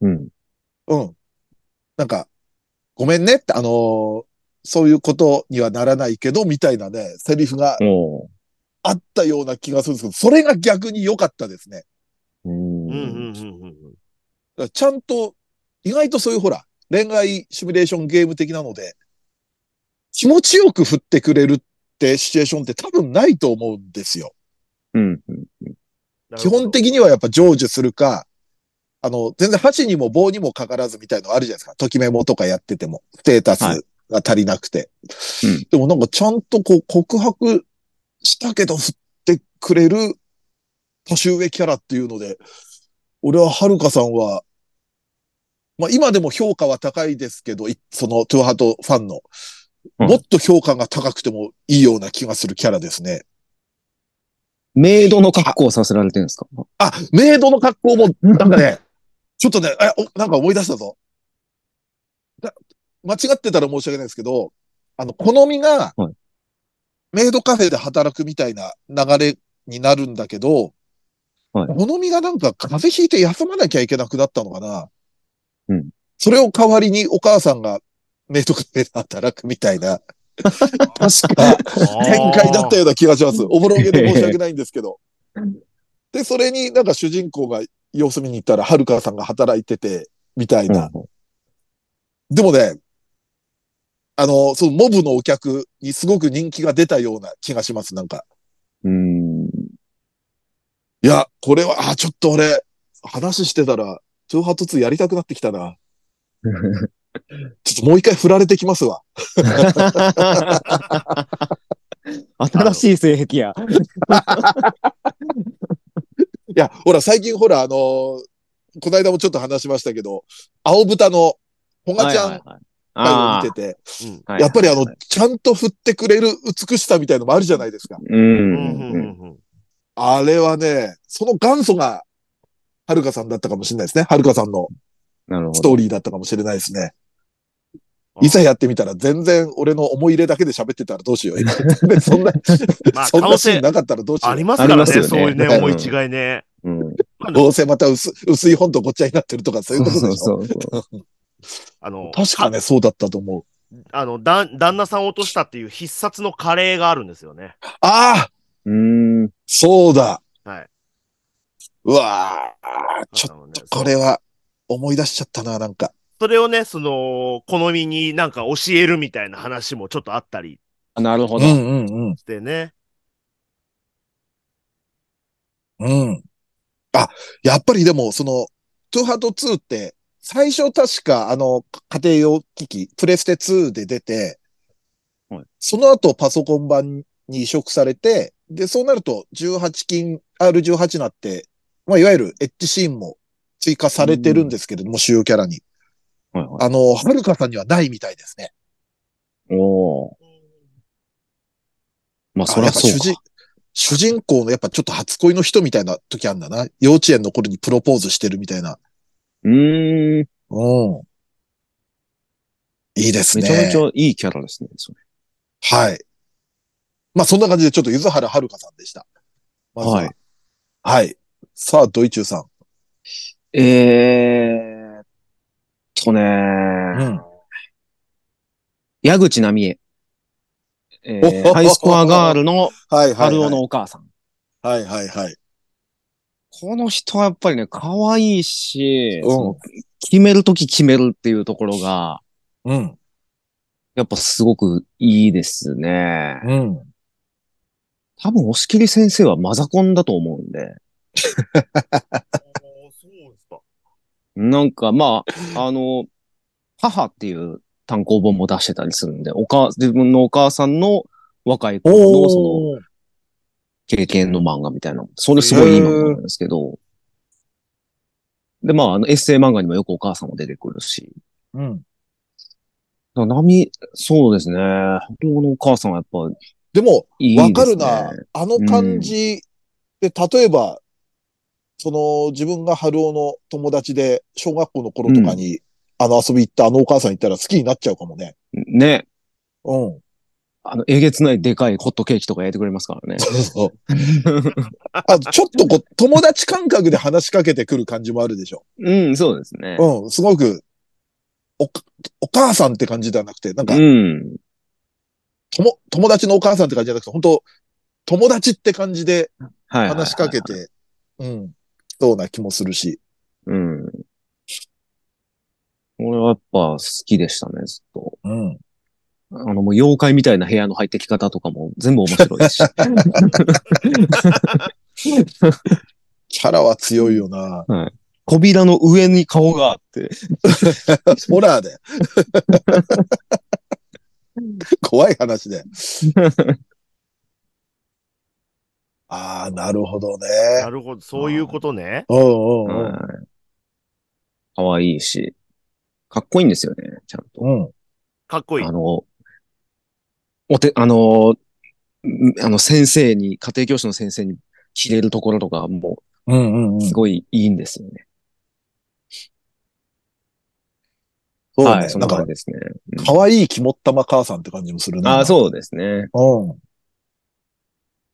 [SPEAKER 3] うん。
[SPEAKER 2] うん。なんか、ごめんねって、あのーそういうことにはならないけど、みたいなね、セリフが
[SPEAKER 3] お
[SPEAKER 2] あったような気がするんですけど、それが逆に良かったですね。
[SPEAKER 3] う
[SPEAKER 4] うんうん
[SPEAKER 3] ん。
[SPEAKER 4] うんうん
[SPEAKER 2] だからちゃんと、意外とそういうほら、恋愛シミュレーションゲーム的なので、気持ちよく振ってくれるってシチュエーションって多分ないと思うんですよ。
[SPEAKER 3] うん。
[SPEAKER 4] うん。
[SPEAKER 2] 基本的にはやっぱ成就するか、あの、全然箸にも棒にもかからずみたいのあるじゃないですか。ときメモとかやってても、ステータス
[SPEAKER 3] はい
[SPEAKER 2] が足りなくて。
[SPEAKER 3] うん
[SPEAKER 2] でもなんかちゃんとこう告白したけど振ってくれる年上キャラっていうので、俺ははるかさんは、まあ今でも評価は高いですけど、いそのトゥーハートファンの、
[SPEAKER 3] うん
[SPEAKER 2] もっと評価が高くてもいいような気がするキャラですね。
[SPEAKER 3] メイドの格好をさせられてるんですか
[SPEAKER 2] あ、メイドの格好も、なんかね、ちょっとね、あおなんか思い出したぞ。だ間違ってたら申し訳ないですけど、あの、好みが
[SPEAKER 3] はい、
[SPEAKER 2] メイドカフェで働くみたいな流れになるんだけど、
[SPEAKER 3] はい
[SPEAKER 2] 好みがなんか風邪ひいて休まなきゃいけなくなったのかな。
[SPEAKER 3] うん
[SPEAKER 2] それを代わりにお母さんがメイドカフェで働くみたい な、確か、展開だったような気がします。おぼろげで申し訳ないんですけ ど。で、それになんか主人公が様子見に行ったら、はるかさんが働いてて、みたいな。でもね、あの、そのモブのお客にすごく人気が出たような気がします、なんか。
[SPEAKER 3] うん。
[SPEAKER 2] いや、これは、あ、ちょっと俺、話してたら、トゥーハート2やりたくなってきたな。ちょっともう一回振られてきますわ。
[SPEAKER 3] 新しい性癖や。
[SPEAKER 2] いや、ほら、最近ほら、あのーこの間もちょっと話しましたけど、青豚の、ほがちゃん
[SPEAKER 3] はいはいはい
[SPEAKER 2] 会を
[SPEAKER 3] あ
[SPEAKER 2] 見てて、
[SPEAKER 3] あ。
[SPEAKER 2] やっぱりあ
[SPEAKER 3] は
[SPEAKER 2] の
[SPEAKER 3] いはい、
[SPEAKER 2] ちゃんと振ってくれる美しさみたいのもあるじゃないですか。
[SPEAKER 3] はい、うん
[SPEAKER 4] う
[SPEAKER 3] うん。
[SPEAKER 4] うんうんんうん
[SPEAKER 2] あれはね、その元祖が、はるかさんだったかもしれないですね。はるかさんの
[SPEAKER 3] なるほ
[SPEAKER 2] ス
[SPEAKER 3] ど。
[SPEAKER 2] トーリーだったかもしれないですね。いざやってみたら全然俺の思い入れだけで喋ってたらどうしよう。 でそんな、
[SPEAKER 4] まあ
[SPEAKER 2] そ
[SPEAKER 4] 可
[SPEAKER 2] んなシー
[SPEAKER 4] 能性
[SPEAKER 2] ンなかったらどうしよ
[SPEAKER 4] あ
[SPEAKER 2] う
[SPEAKER 4] り。ますからね、
[SPEAKER 3] ありますよね
[SPEAKER 4] そういうね、
[SPEAKER 2] うん
[SPEAKER 4] 思い違いね。
[SPEAKER 3] うん
[SPEAKER 2] どうせまた薄薄い本とごっちゃになってるとかそういうことでしょ。
[SPEAKER 3] そうそうそう。
[SPEAKER 4] あの、
[SPEAKER 2] 確かね、そうだったと思う。
[SPEAKER 4] あの、だん旦那さんを落としたっていう必殺のカレーがあるんですよね。
[SPEAKER 2] ああ
[SPEAKER 3] うん。
[SPEAKER 2] そうだ
[SPEAKER 4] はい。
[SPEAKER 2] うわあちょっ
[SPEAKER 4] っ
[SPEAKER 2] とこれは思い出しちゃったな、なんか。
[SPEAKER 4] それをね、その、好みになんか教えるみたいな話もちょっとあったり
[SPEAKER 3] なるほ
[SPEAKER 2] うん
[SPEAKER 3] ど。
[SPEAKER 2] うん
[SPEAKER 4] してね。
[SPEAKER 2] うん。うん。あ、やっぱりでも、その、トゥーハート2って、最初確か、あの、家庭用機器、プレステ2で出て、
[SPEAKER 3] はい
[SPEAKER 2] その後パソコン版に移植されて、で、そうなると18金、R18 になって、まあ、いわゆるエッジシーンも追加されてるんですけれども、主要キャラに。
[SPEAKER 3] はいは
[SPEAKER 2] あの、はるかさんにはないみたいですね。
[SPEAKER 3] い、おお。まあ、そ
[SPEAKER 2] や
[SPEAKER 3] りゃ
[SPEAKER 2] っぱ
[SPEAKER 3] そ
[SPEAKER 2] 主
[SPEAKER 3] う
[SPEAKER 2] 人
[SPEAKER 3] か。
[SPEAKER 2] 主人公のやっぱちょっと初恋の人みたいな時あんだな。幼稚園の頃にプロポーズしてるみたいな。
[SPEAKER 3] うーん。
[SPEAKER 2] うん。いいです
[SPEAKER 3] め
[SPEAKER 2] ね。
[SPEAKER 3] ちゃめちゃいいキャラですね。それ
[SPEAKER 2] はい。まあそんな感じでちょっと柚原はるかさんでした。まずは
[SPEAKER 3] はい。
[SPEAKER 2] はい。さあ、ドイチューさん。
[SPEAKER 3] えーっとねー、
[SPEAKER 2] うん
[SPEAKER 3] 矢口奈美恵。え
[SPEAKER 2] お
[SPEAKER 3] ー、ハイスコアガールの
[SPEAKER 2] はいはい、
[SPEAKER 3] 春
[SPEAKER 2] は
[SPEAKER 3] 尾
[SPEAKER 2] い。
[SPEAKER 3] のお母さん。
[SPEAKER 2] はいはいはい。
[SPEAKER 3] この人はやっぱりね、可愛いし、
[SPEAKER 2] うん
[SPEAKER 3] その決めるとき決めるっていうところが、
[SPEAKER 2] うん。
[SPEAKER 3] やっぱすごくいいですね。
[SPEAKER 2] うん。
[SPEAKER 3] 多分、押切先生はマザコンだと思うんで。
[SPEAKER 4] そうですか。
[SPEAKER 3] なんか、まあ、あの、母っていう単行本も出してたりするんで、お母、自分のお母さんの若い頃のその
[SPEAKER 2] ー。
[SPEAKER 3] 経験の漫画みたいな。それすごいいい漫画なんですけど。で、まあ、あの、エッセイ漫画にもよくお母さんも出てくるし。
[SPEAKER 2] うん。
[SPEAKER 3] だから波、そうですね。本当のお母さんはやっぱ
[SPEAKER 2] でも、
[SPEAKER 3] いいですね。
[SPEAKER 2] わかるな。あの感じで、例えば、その自分が春尾の友達で、小学校の頃とかに、あの遊び行ったあのお母さん行ったら好きになっちゃうかもね。
[SPEAKER 3] ね。
[SPEAKER 2] うん。
[SPEAKER 3] あの、えげつないでかいホットケーキとか焼いてくれますからね。
[SPEAKER 2] そう そう。あちょっとこう、友達感覚で話しかけてくる感じもあるでしょ。
[SPEAKER 3] うん、そうですね。
[SPEAKER 2] うん、すごく、おか、お母さんって感じではなくて、なんか
[SPEAKER 3] う、ん。
[SPEAKER 2] 友、友達のお母さんって感じじゃなくて、本当友達って感じで
[SPEAKER 3] はいはいはい。
[SPEAKER 2] 話しかけて、うん、そうな気もするし。
[SPEAKER 3] うん。俺はやっぱ好きでしたね、ずっと。
[SPEAKER 2] うん。
[SPEAKER 3] あの、もう妖怪みたいな部屋の入ってき方とかも全部面白 いし。
[SPEAKER 2] キャラは強いよな。
[SPEAKER 3] 扉の上に顔があって。
[SPEAKER 2] ホラー で。怖い話 で。ああ、なるほどね。
[SPEAKER 4] なるほど、そういうことね。
[SPEAKER 2] うんうんうん。
[SPEAKER 3] はい可愛いし、かっこいいんですよね、ちゃんと。
[SPEAKER 2] うん。
[SPEAKER 4] かっこいい
[SPEAKER 3] あ。の、おて、あの、んあの先生に、家庭教師の先生に切れるところとかも
[SPEAKER 2] うんうんうん。
[SPEAKER 3] すごいいいんですよね。
[SPEAKER 2] そうね。
[SPEAKER 3] はい、そん
[SPEAKER 2] な
[SPEAKER 3] なん
[SPEAKER 2] か
[SPEAKER 3] 感じ、ですね。
[SPEAKER 2] 可愛い肝っ玉母さんって感じもするね。
[SPEAKER 3] ああ、そうですね。
[SPEAKER 2] う。うん。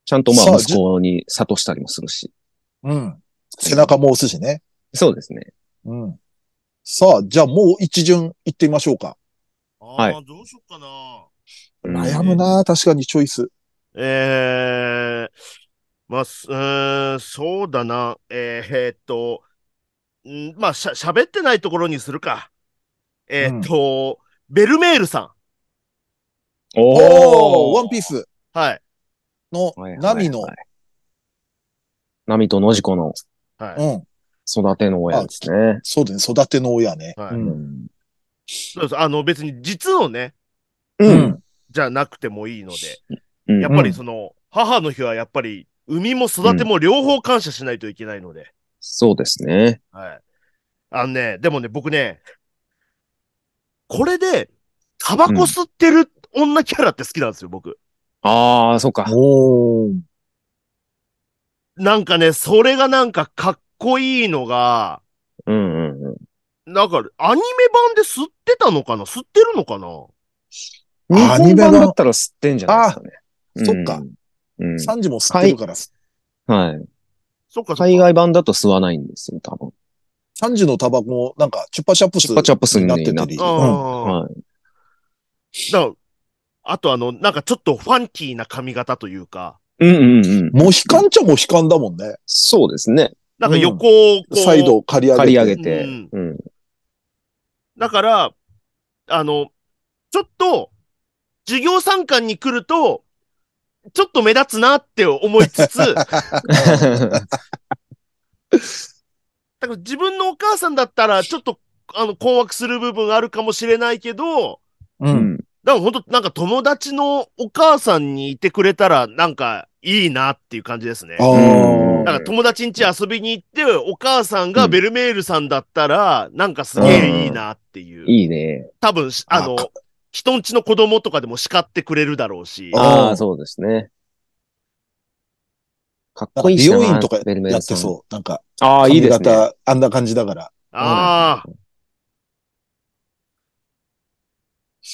[SPEAKER 3] ちゃんとま
[SPEAKER 2] さ
[SPEAKER 3] あ
[SPEAKER 2] あ
[SPEAKER 3] 息子に諭したりもするし。
[SPEAKER 2] うん。背中も押すしね。
[SPEAKER 3] そうですね。
[SPEAKER 2] うん。さあ、じゃあもう一巡行ってみましょうか。
[SPEAKER 4] あ
[SPEAKER 3] は
[SPEAKER 4] あ、どうしよっかな。
[SPEAKER 2] 悩むな、確かにチョイス。
[SPEAKER 4] ええまあ、すうーん、そうだな。えーえーっと、んまあ、しゃ、喋ってないところにするか。えーっと、ベルメールさ
[SPEAKER 3] うん。
[SPEAKER 2] お
[SPEAKER 3] お
[SPEAKER 2] お
[SPEAKER 3] ー
[SPEAKER 2] ワンピース
[SPEAKER 4] ん。はい。
[SPEAKER 2] の
[SPEAKER 3] はいはいはい
[SPEAKER 2] ナミの、
[SPEAKER 3] ナミとノジコの
[SPEAKER 4] はい。
[SPEAKER 2] うん。
[SPEAKER 3] 育ての親ですね。
[SPEAKER 2] そうだね、育ての親ね。
[SPEAKER 4] はい
[SPEAKER 2] うん。
[SPEAKER 4] そうです。あの、別に実のね、
[SPEAKER 3] う。
[SPEAKER 2] うんん。
[SPEAKER 4] じゃなくてもいいので、
[SPEAKER 3] うん
[SPEAKER 4] やっぱりその、母の日はやっぱり、産みも育ても両方感謝しないといけないので、
[SPEAKER 3] そうですね。
[SPEAKER 4] はい。あのね、でもね、僕ね、これで、タバコ吸ってる女キャラって好きなんですよ、僕。
[SPEAKER 3] ああ、そうか。
[SPEAKER 2] おー
[SPEAKER 4] なんかね、それがなんかかっこいいのが、
[SPEAKER 3] うんうんうん。
[SPEAKER 4] なんかアニメ版で吸ってたのかな吸ってるのかな
[SPEAKER 3] 日
[SPEAKER 2] アニ
[SPEAKER 3] 本
[SPEAKER 2] メ版
[SPEAKER 3] 版だったら吸ってんじゃないですかね。
[SPEAKER 2] あそっか
[SPEAKER 3] うん。うん
[SPEAKER 2] サンジも吸ってるから、
[SPEAKER 3] はい。
[SPEAKER 4] そっかそっか。
[SPEAKER 3] 海外版だと吸わないんですよ、多分。
[SPEAKER 2] サンジのタバコもなんか、チュッパチャップス
[SPEAKER 3] チュッパチャップスに
[SPEAKER 2] に
[SPEAKER 3] な
[SPEAKER 2] な
[SPEAKER 3] っ
[SPEAKER 2] ってて
[SPEAKER 3] て
[SPEAKER 2] たり。
[SPEAKER 4] あ
[SPEAKER 2] うん
[SPEAKER 4] あ、
[SPEAKER 3] はい。
[SPEAKER 4] だからあとあの、なんかちょっとファンキーな髪型というか、
[SPEAKER 3] うんうんうん。
[SPEAKER 2] モヒカンちゃモヒカンだもんね。
[SPEAKER 3] そうですね。
[SPEAKER 4] なんか横をこう、
[SPEAKER 2] サイドを刈り上げて。
[SPEAKER 3] 刈り上げて。
[SPEAKER 4] うん
[SPEAKER 3] うん。
[SPEAKER 4] だから、あの、ちょっと、授業参観に来ると、ちょっと目立つなって思いつつ、 だから自分のお母さんだったら、ちょっと、あの、困惑する部分があるかもしれないけど、
[SPEAKER 2] う。
[SPEAKER 3] うんん。
[SPEAKER 4] だから本当なんか友達のお母さんにいてくれたら、なんかいいなっていう感じですね。
[SPEAKER 2] あ
[SPEAKER 3] うん
[SPEAKER 4] なんか友達ん家遊びに行って、お母さんがベルメールさんだったら、なんかすげえいいなっていう。
[SPEAKER 3] いいね。
[SPEAKER 4] 多分し、あの
[SPEAKER 2] あ、
[SPEAKER 4] 人ん家の子供とかでも叱ってくれるだろうし。
[SPEAKER 2] あ
[SPEAKER 3] あ
[SPEAKER 2] う
[SPEAKER 3] あ、
[SPEAKER 2] ん
[SPEAKER 3] そうですね。かっ
[SPEAKER 2] あ。
[SPEAKER 3] こいい
[SPEAKER 2] 美
[SPEAKER 3] しな
[SPEAKER 2] 容院とか
[SPEAKER 3] ベルメー
[SPEAKER 2] や
[SPEAKER 3] ル
[SPEAKER 2] っ
[SPEAKER 3] さ
[SPEAKER 2] て
[SPEAKER 3] ん
[SPEAKER 2] そう。なんか、
[SPEAKER 3] ああ、いい
[SPEAKER 2] 髪
[SPEAKER 3] ですね。
[SPEAKER 2] 型、あんな感じだから。
[SPEAKER 4] ああ。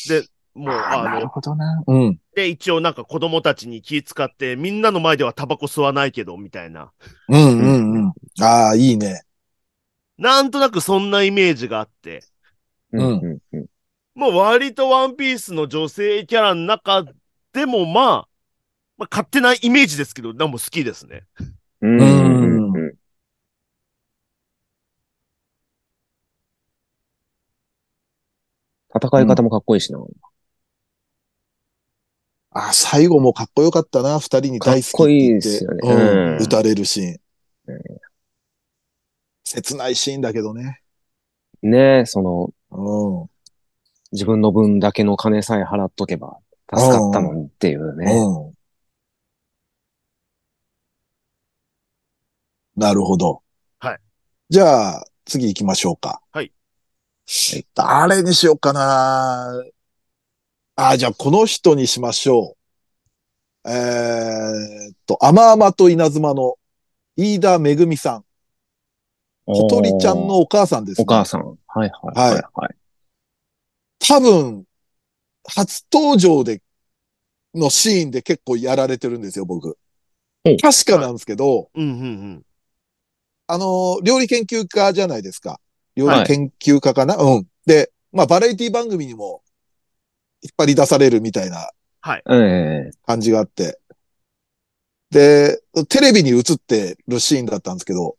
[SPEAKER 4] で、もう、あの、
[SPEAKER 3] ほどな。
[SPEAKER 2] うん。
[SPEAKER 4] で、一応なんか子供たちに気使って、みんなの前ではタバコ吸わないけど、みたいな。
[SPEAKER 2] うんうんうん。ああ、いいね。
[SPEAKER 4] なんとなくそんなイメージがあって。
[SPEAKER 3] うんうんうん。
[SPEAKER 4] まあ割とワンピースの女性キャラの中でもまあ、まあ勝手なイメージですけど、でも好きですね。
[SPEAKER 3] うんうんうんうん戦い方もかっこいいしな。
[SPEAKER 2] ああ、最後もかっこよかったな。二人に大好きって言って。
[SPEAKER 3] かっこいいですよね
[SPEAKER 2] うん
[SPEAKER 3] うん
[SPEAKER 2] 撃たれるシーン
[SPEAKER 3] うん。
[SPEAKER 2] 切ないシーンだけどね。
[SPEAKER 3] ねえ、その、
[SPEAKER 2] うん。
[SPEAKER 3] 自分の分だけの金さえ払っとけば助かったのにっていうね。
[SPEAKER 2] うん。なるほど。
[SPEAKER 4] はい。
[SPEAKER 2] じゃあ、次行きましょうか。
[SPEAKER 4] はい。
[SPEAKER 2] 誰にしようかなあ、じゃあ、この人にしましょう。えーっと、甘々と稲妻の飯田めぐみさん。小鳥ちゃんのお母さんです、ね。
[SPEAKER 3] お母さん。はいはいはいはい。
[SPEAKER 2] 多分、初登場で、のシーンで結構やられてるんですよ、僕
[SPEAKER 3] うん。
[SPEAKER 2] 確かなんですけど、
[SPEAKER 4] うんうんうん。
[SPEAKER 2] あの、料理研究家じゃないですか。料理研究家かな、うん。で、まあ、バラエティ番組にも引っ張り出されるみたいな
[SPEAKER 3] ええ
[SPEAKER 2] 感じがあって。で、テレビに映ってるシーンだったんですけど、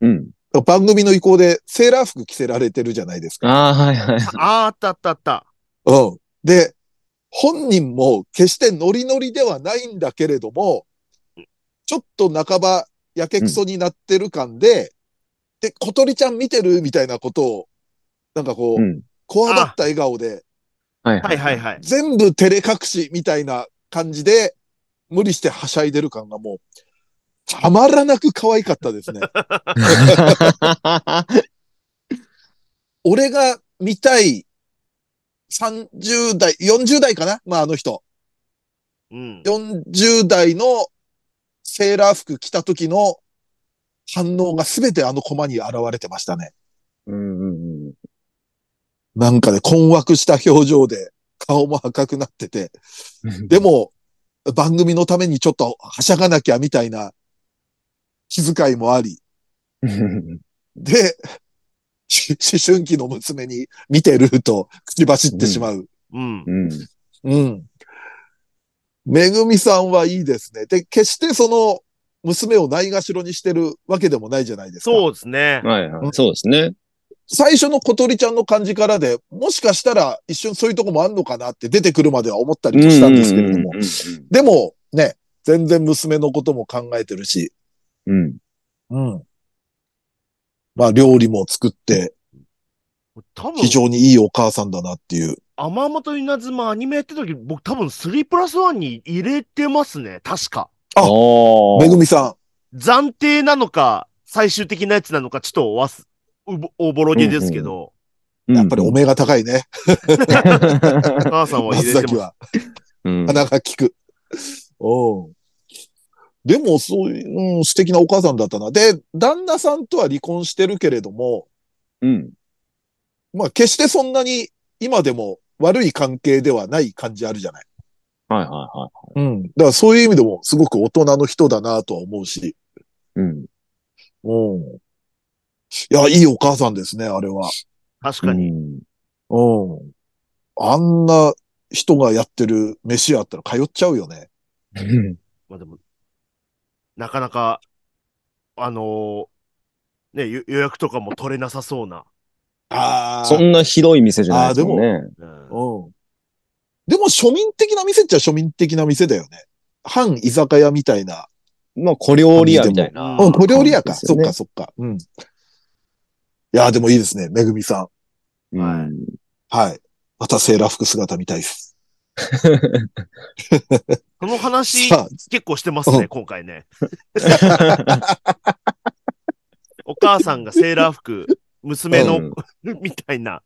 [SPEAKER 3] うん。
[SPEAKER 2] 番組の意向でセーラー服着せられてるじゃないですか。
[SPEAKER 3] ああ、はいはい。
[SPEAKER 4] あーあったあったあった。
[SPEAKER 2] うん。で、本人も決してノリノリではないんだけれども、ちょっと半ばやけくそになってる感で、で、小鳥ちゃん見てるみたいなことを、なんかこ
[SPEAKER 3] う
[SPEAKER 2] う、
[SPEAKER 3] ん。
[SPEAKER 2] こわばった笑顔で、
[SPEAKER 3] はい
[SPEAKER 4] は
[SPEAKER 3] はいい。
[SPEAKER 4] はいはい。
[SPEAKER 2] 全部照れ隠しみたいな感じで、無理してはしゃいでる感がもう、たまらなく可愛かったですね。俺が見たい30代、40代かなまああの人。
[SPEAKER 4] うん。
[SPEAKER 2] 40代のセーラー服着た時の反応が全てあのコマに現れてましたね。
[SPEAKER 3] うんうんうん。
[SPEAKER 2] なんかね、困惑した表情で顔も赤くなってて。でも、番組のためにちょっとはしゃがなきゃみたいな気遣いもあり。
[SPEAKER 3] うん、
[SPEAKER 2] で、し 思春期の娘に見てると口走ってしまう。
[SPEAKER 4] うん。
[SPEAKER 3] うん。
[SPEAKER 2] うん。めぐみさんはいいですね。で、決してその娘をないがしろにしてるわけでもないじゃないですか。
[SPEAKER 4] そうですね。
[SPEAKER 3] はいはい。そうですね。
[SPEAKER 2] 最初の小鳥ちゃんの感じからで、もしかしたら一瞬そういうとこもあんのかなって出てくるまでは思ったりもしたんですけれども。でもね、全然娘のことも考えてるし、
[SPEAKER 3] うん。うん。
[SPEAKER 2] うん。まあ料理も作って、
[SPEAKER 4] 多分
[SPEAKER 2] 非、常にいいお母さんだなっていう。
[SPEAKER 4] 天本稲妻アニメやってた時、僕多分3プラス1に入れてますね。確か。
[SPEAKER 2] あ
[SPEAKER 3] あー
[SPEAKER 2] めぐみさ
[SPEAKER 4] 暫定なのか、最終的なやつなのか、ちょっとわす、うぼおぼろげですけど、
[SPEAKER 2] ん。やっぱりお目が高いね。
[SPEAKER 4] お母さんは入
[SPEAKER 2] 松
[SPEAKER 4] れて
[SPEAKER 2] 崎
[SPEAKER 4] ます。
[SPEAKER 2] は。
[SPEAKER 3] うん
[SPEAKER 2] 鼻が利く。うん。でも、そういう、うん、素敵なお母さんだったな。で、旦那さんとは離婚してるけれども、
[SPEAKER 3] うん。
[SPEAKER 2] まあ、決してそんなに今でも悪い関係ではない感じあるじゃない。
[SPEAKER 3] はいはいは
[SPEAKER 2] うん。だからそういう意味でもすごく大人の人だなとは思うし。
[SPEAKER 3] い。うん。
[SPEAKER 2] うん。いや、いいお母さんですね、あれは。
[SPEAKER 4] 確かに。
[SPEAKER 3] うん
[SPEAKER 2] うん。あんな人がやってる飯屋あったら通っちゃうよね。
[SPEAKER 4] まあでも、なかなか、あのーね、ゆ予約とかも取れなさそうな。
[SPEAKER 2] あ
[SPEAKER 3] そんなひどい店じゃないですもんね。
[SPEAKER 4] うん
[SPEAKER 2] うん。でも庶民的な店っちゃ庶民的な店だよね。半居酒屋みたいな。
[SPEAKER 3] まあ、小料理屋みたいな。
[SPEAKER 4] あ
[SPEAKER 2] うん、小料理屋か。
[SPEAKER 3] です
[SPEAKER 2] そ
[SPEAKER 3] よ
[SPEAKER 2] っ
[SPEAKER 3] ね
[SPEAKER 2] かそっか。うん。いやー、でもいいですね。めぐみさ
[SPEAKER 3] うん
[SPEAKER 4] はい
[SPEAKER 2] ん。はい。またセーラー服姿みたいです。
[SPEAKER 4] その話、
[SPEAKER 2] さあ、
[SPEAKER 4] 結構してます
[SPEAKER 2] う
[SPEAKER 4] ね、
[SPEAKER 2] ん
[SPEAKER 4] 今回ね。お母さんがセーラー服、娘の、
[SPEAKER 3] うん
[SPEAKER 4] みたいな。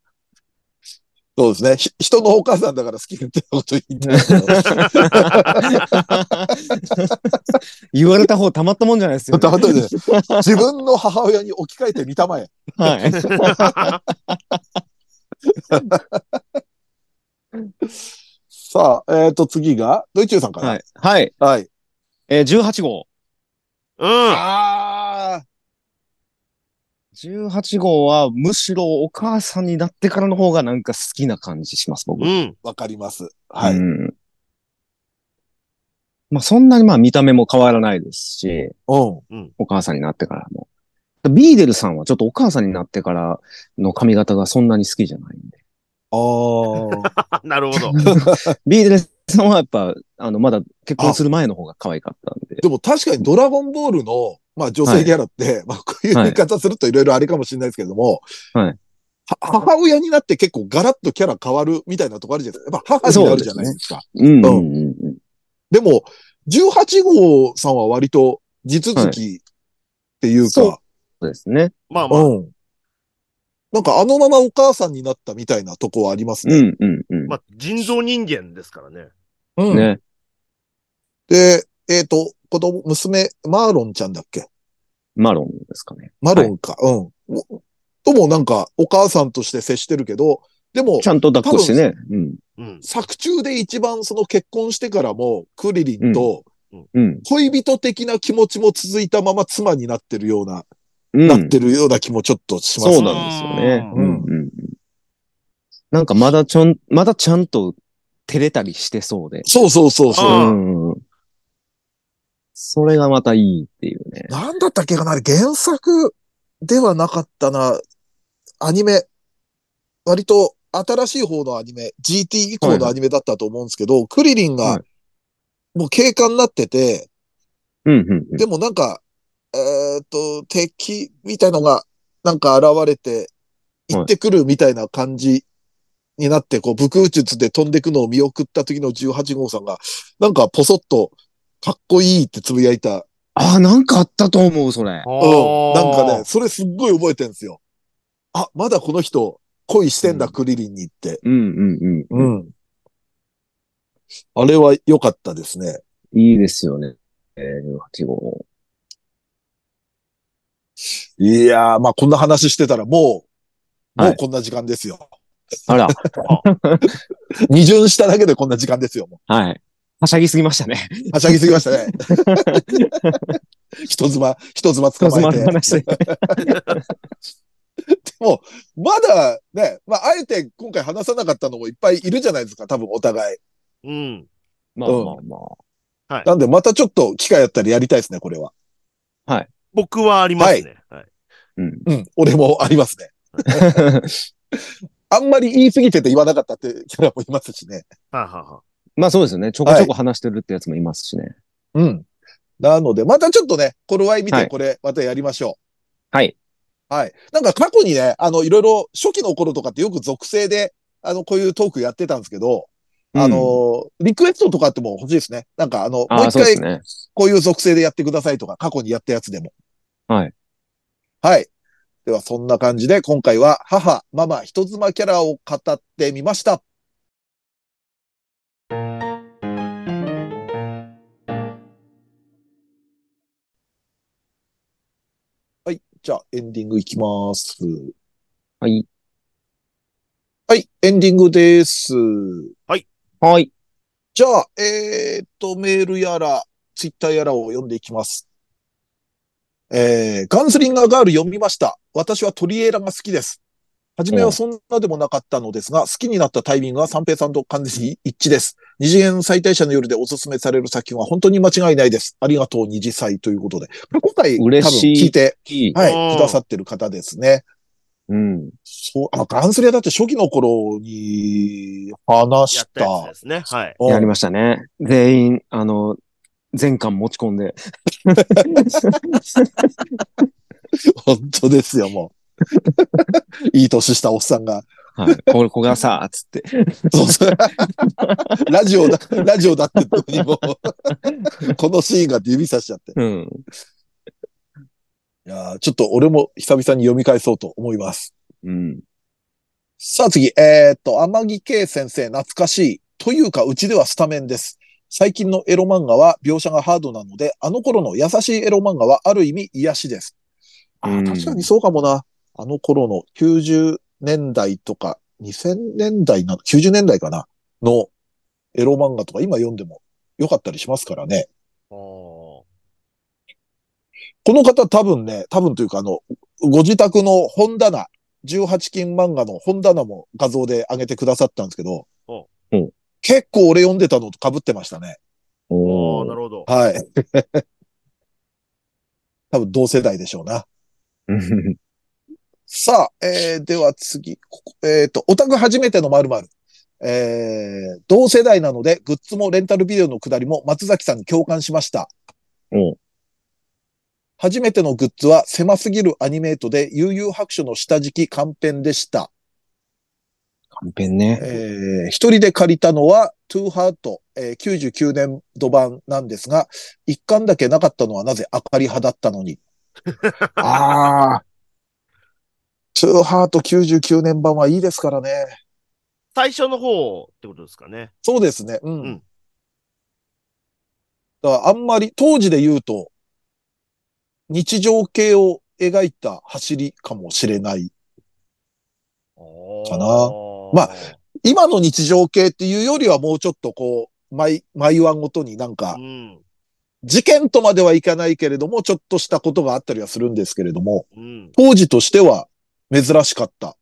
[SPEAKER 2] そうですね。ひ人のお母さんだから好きってこと言ってたけど
[SPEAKER 3] 言われた方たまったもんじゃないですよ、ね。
[SPEAKER 2] たまったもんじ自分の母親に置き換えてみたまえ。
[SPEAKER 3] はい。
[SPEAKER 2] さあ、えっ、ー、と、次が、ドイチューさんから。
[SPEAKER 3] はい。はい。
[SPEAKER 2] はい。
[SPEAKER 3] えー、18号。
[SPEAKER 4] うん。
[SPEAKER 2] あ
[SPEAKER 3] 18号は、むしろお母さんになってからの方がなんか好きな感じします、僕。
[SPEAKER 4] うん。
[SPEAKER 2] ー、わかります。はい。
[SPEAKER 3] うんまあ、そんなにまあ見た目も変わらないですし、
[SPEAKER 2] うん。
[SPEAKER 3] お母さんになってからも。ビーデルさんはちょっとお母さんになってからの髪型がそんなに好きじゃないんで。
[SPEAKER 2] あー。
[SPEAKER 4] あなるほ ど。
[SPEAKER 3] ビーデルさんはやっぱ、あの、まだ結婚する前の方が可愛かったんで。
[SPEAKER 2] でも確かにドラゴンボールの、まあ女性キャラって、まあこういう言い方するといろいろあれかもしれないですけども、
[SPEAKER 3] はい
[SPEAKER 2] は母親になって結構ガラッとキャラ変わるみたいなとこあるじゃないですか。やっぱ母になるじゃないですか。
[SPEAKER 3] うんうんうんうん。
[SPEAKER 2] でも、18号さんは割と地続きっていうか、
[SPEAKER 3] そそうですね。
[SPEAKER 4] まあまあ、
[SPEAKER 2] うん。なんかあのままお母さんになったみたいなとこはあります
[SPEAKER 3] う
[SPEAKER 2] ね。
[SPEAKER 3] んうんうん。
[SPEAKER 4] まあ、人造人間ですからね。
[SPEAKER 2] うん
[SPEAKER 3] ね。
[SPEAKER 2] で、えっ、と、子供、娘、マーロンちゃんだっけ
[SPEAKER 3] マロンですかね。
[SPEAKER 2] マロンか。うん。もともなんかお母さんとして接してるけど、でも
[SPEAKER 3] ち、ゃんと抱っこしてね。うん。
[SPEAKER 4] うん。
[SPEAKER 2] 作中で一番その結婚してからも、クリリンと
[SPEAKER 3] うん。
[SPEAKER 2] 恋人的な気持ちも続いたまま妻になってるような、
[SPEAKER 3] うん。
[SPEAKER 2] なってるような気もちょっとします
[SPEAKER 3] そう
[SPEAKER 2] ね。
[SPEAKER 3] なんですよね。
[SPEAKER 2] う
[SPEAKER 3] うんんうんうん。なんかまだちょん、まだちゃんと照れたりしてそうで。
[SPEAKER 2] そうそうそうそう。
[SPEAKER 4] ああ
[SPEAKER 3] うん。それがまたいいっていうね。
[SPEAKER 2] なんだったっけかなあれ原作ではなかったな。アニメ。割と新しい方のアニメ、GT 以降のアニメだったと思うんですけど、クリリン
[SPEAKER 3] は
[SPEAKER 2] がもう警官になってて、
[SPEAKER 3] うんうんうん。
[SPEAKER 2] でもなんか、えーっと、敵みたいのがなんか現れて、行ってくるみたいな感じになって、こう、武空術で飛んでくのを見送った時の18号さんが、なんかポソッと、かっこいいってつぶやいた。
[SPEAKER 3] ああ、なんかあったと思う、それ。
[SPEAKER 2] うん。なんかね、
[SPEAKER 4] ね。
[SPEAKER 2] それすっごい覚えてるんですよ。あ、まだこの人、恋してんだ、
[SPEAKER 3] うん
[SPEAKER 2] クリリンにって。
[SPEAKER 3] うんうんうん。
[SPEAKER 2] ん。あれは良かったですね。
[SPEAKER 3] いいですよね。えー、18号。
[SPEAKER 2] いやー、まあこんな話してたらもう、
[SPEAKER 3] はい
[SPEAKER 2] もうこんな時間ですよ。
[SPEAKER 3] あ ら、
[SPEAKER 2] 二巡しただけでこんな時間ですよ。も
[SPEAKER 3] はい。はしゃぎすぎましたね。
[SPEAKER 2] うはしゃぎすぎましたね。人妻、人妻捕
[SPEAKER 3] 人 妻
[SPEAKER 2] まえ
[SPEAKER 3] の
[SPEAKER 2] て。
[SPEAKER 3] 話で。
[SPEAKER 2] まだね、まああえて今回話さなかったのもいっぱいいるじゃないですか、多分お互い。
[SPEAKER 4] うん。
[SPEAKER 3] まあまあま
[SPEAKER 2] なんでまたちょっと機会あったらやりたいですね、これは。
[SPEAKER 4] 僕はありますね。はい。
[SPEAKER 2] うん、俺もありますね。
[SPEAKER 3] あ。
[SPEAKER 2] あんまり言い過ぎてて言わなかったってキャラもいますしね。
[SPEAKER 4] はいはいは
[SPEAKER 3] まあそうですよね。ちょこちょこ話してるってやつもいますしね。
[SPEAKER 2] うん。なので、またちょっとね、頃合い見
[SPEAKER 3] は
[SPEAKER 2] て
[SPEAKER 3] い
[SPEAKER 2] これ、またやりましょ
[SPEAKER 3] はい。
[SPEAKER 2] う。はい。なんか過去にね、あの、いろいろ初期の頃とかってよく属性で、あの、こういうトークやってたんですけど、あの
[SPEAKER 3] う
[SPEAKER 2] ー、
[SPEAKER 3] ん
[SPEAKER 2] リクエストとかっても欲しいですね。なんかあの、もう
[SPEAKER 3] ああ、
[SPEAKER 2] 一
[SPEAKER 3] そうで
[SPEAKER 2] 回
[SPEAKER 3] すね。
[SPEAKER 2] こういう属性でやってくださいとか、過去にやったやつでも。
[SPEAKER 3] はい。
[SPEAKER 2] はい。では、そんな感じで、今回は母、ママ、人妻キャラを語ってみました。はい。じゃあ、エンディングいきます。
[SPEAKER 3] はい。
[SPEAKER 2] はい、エンディングです。
[SPEAKER 3] はい。
[SPEAKER 2] じゃあ、えーっと、メールやら、ツイッターやらを読んでいきます。えー、ガンスリンガーガール読みました。私はトリエラが好きです。初め
[SPEAKER 3] う
[SPEAKER 2] は
[SPEAKER 3] ん
[SPEAKER 2] そんなでもなかったのですが、好きになったタイミングは三平さんと完全に一致です。二次元再大者の夜でおすすめされる作品は本当に間違いないです。ありがとう二次祭ということで。今回、多分
[SPEAKER 3] 嬉しい
[SPEAKER 2] 聞いて、
[SPEAKER 3] いい。
[SPEAKER 2] はい、
[SPEAKER 4] うん
[SPEAKER 2] くださってる方ですね。
[SPEAKER 3] うん。
[SPEAKER 2] そう、あ、ガンスリはだって初期の頃に話
[SPEAKER 4] い。やっ
[SPEAKER 2] した
[SPEAKER 4] やつ
[SPEAKER 2] た
[SPEAKER 4] で。すね。はい。
[SPEAKER 2] うん
[SPEAKER 3] やりましたね。全員、あの、全巻持ち込んで。
[SPEAKER 2] 本当ですよ、もう。 いい年したおっさんが。
[SPEAKER 3] はい。これ、こがさ、つって。
[SPEAKER 2] そうそう。 ラジオだ、ラジオだって言ってもうこのシーンがって指さしちゃって。
[SPEAKER 3] うん。
[SPEAKER 2] いやーちょっと俺も久々に読み返そうと思います。
[SPEAKER 3] うん。
[SPEAKER 2] さあ次、えーっと、天城圭先生、懐かしい。というか、うちではスタメンです。最近のエロ漫画は描写がハードなので、あの頃の優しいエロ漫画はある意味癒しです。あ
[SPEAKER 3] う
[SPEAKER 2] ー
[SPEAKER 3] ん
[SPEAKER 2] 確かにそうかもな。あの頃の90年代とか、2000年代な、90年代かなのエロ漫画とか今読んでも良かったりしますからね。
[SPEAKER 4] お
[SPEAKER 2] この方多分ね、多分というかあの、ご自宅の本棚、18金漫画の本棚も画像で上げてくださったんですけど
[SPEAKER 4] お
[SPEAKER 3] うん、
[SPEAKER 2] 結構俺読んでたのと被ってましたね。
[SPEAKER 4] ーおーな
[SPEAKER 3] る
[SPEAKER 4] るほど。
[SPEAKER 2] はい。 多分同世代でしょうな。さあ、えー、では次、ここえっ、と、オタク初めての〇〇。えー、同世代なので、グッズもレンタルビデオのくだりも松崎さんに共感しました。
[SPEAKER 3] お
[SPEAKER 2] 初めてのグッズは狭すぎるアニメートで悠々白書の下敷き短編でした。
[SPEAKER 3] 完璧ね。
[SPEAKER 2] えー一人で借りたのは、トゥーハート、えー99年度版なんですが、一巻だけなかったのはなぜ明かり派だったのに。ああ。トゥーハート99年版はいいですからね。
[SPEAKER 4] 最初の方ってことですかね。
[SPEAKER 2] そうですね。うん。
[SPEAKER 4] うん
[SPEAKER 2] だからあんまり、当時で言うと、日常系を描いた走りかもしれない。かなまあ今の日常系っていうよりはもうちょっとこう、毎、毎話ごとになんか
[SPEAKER 4] う、ん。
[SPEAKER 2] 事件とまではいかないけれども、ちょっとしたことがあったりはするんですけれども、
[SPEAKER 4] うん。
[SPEAKER 2] 当時としては珍しかった。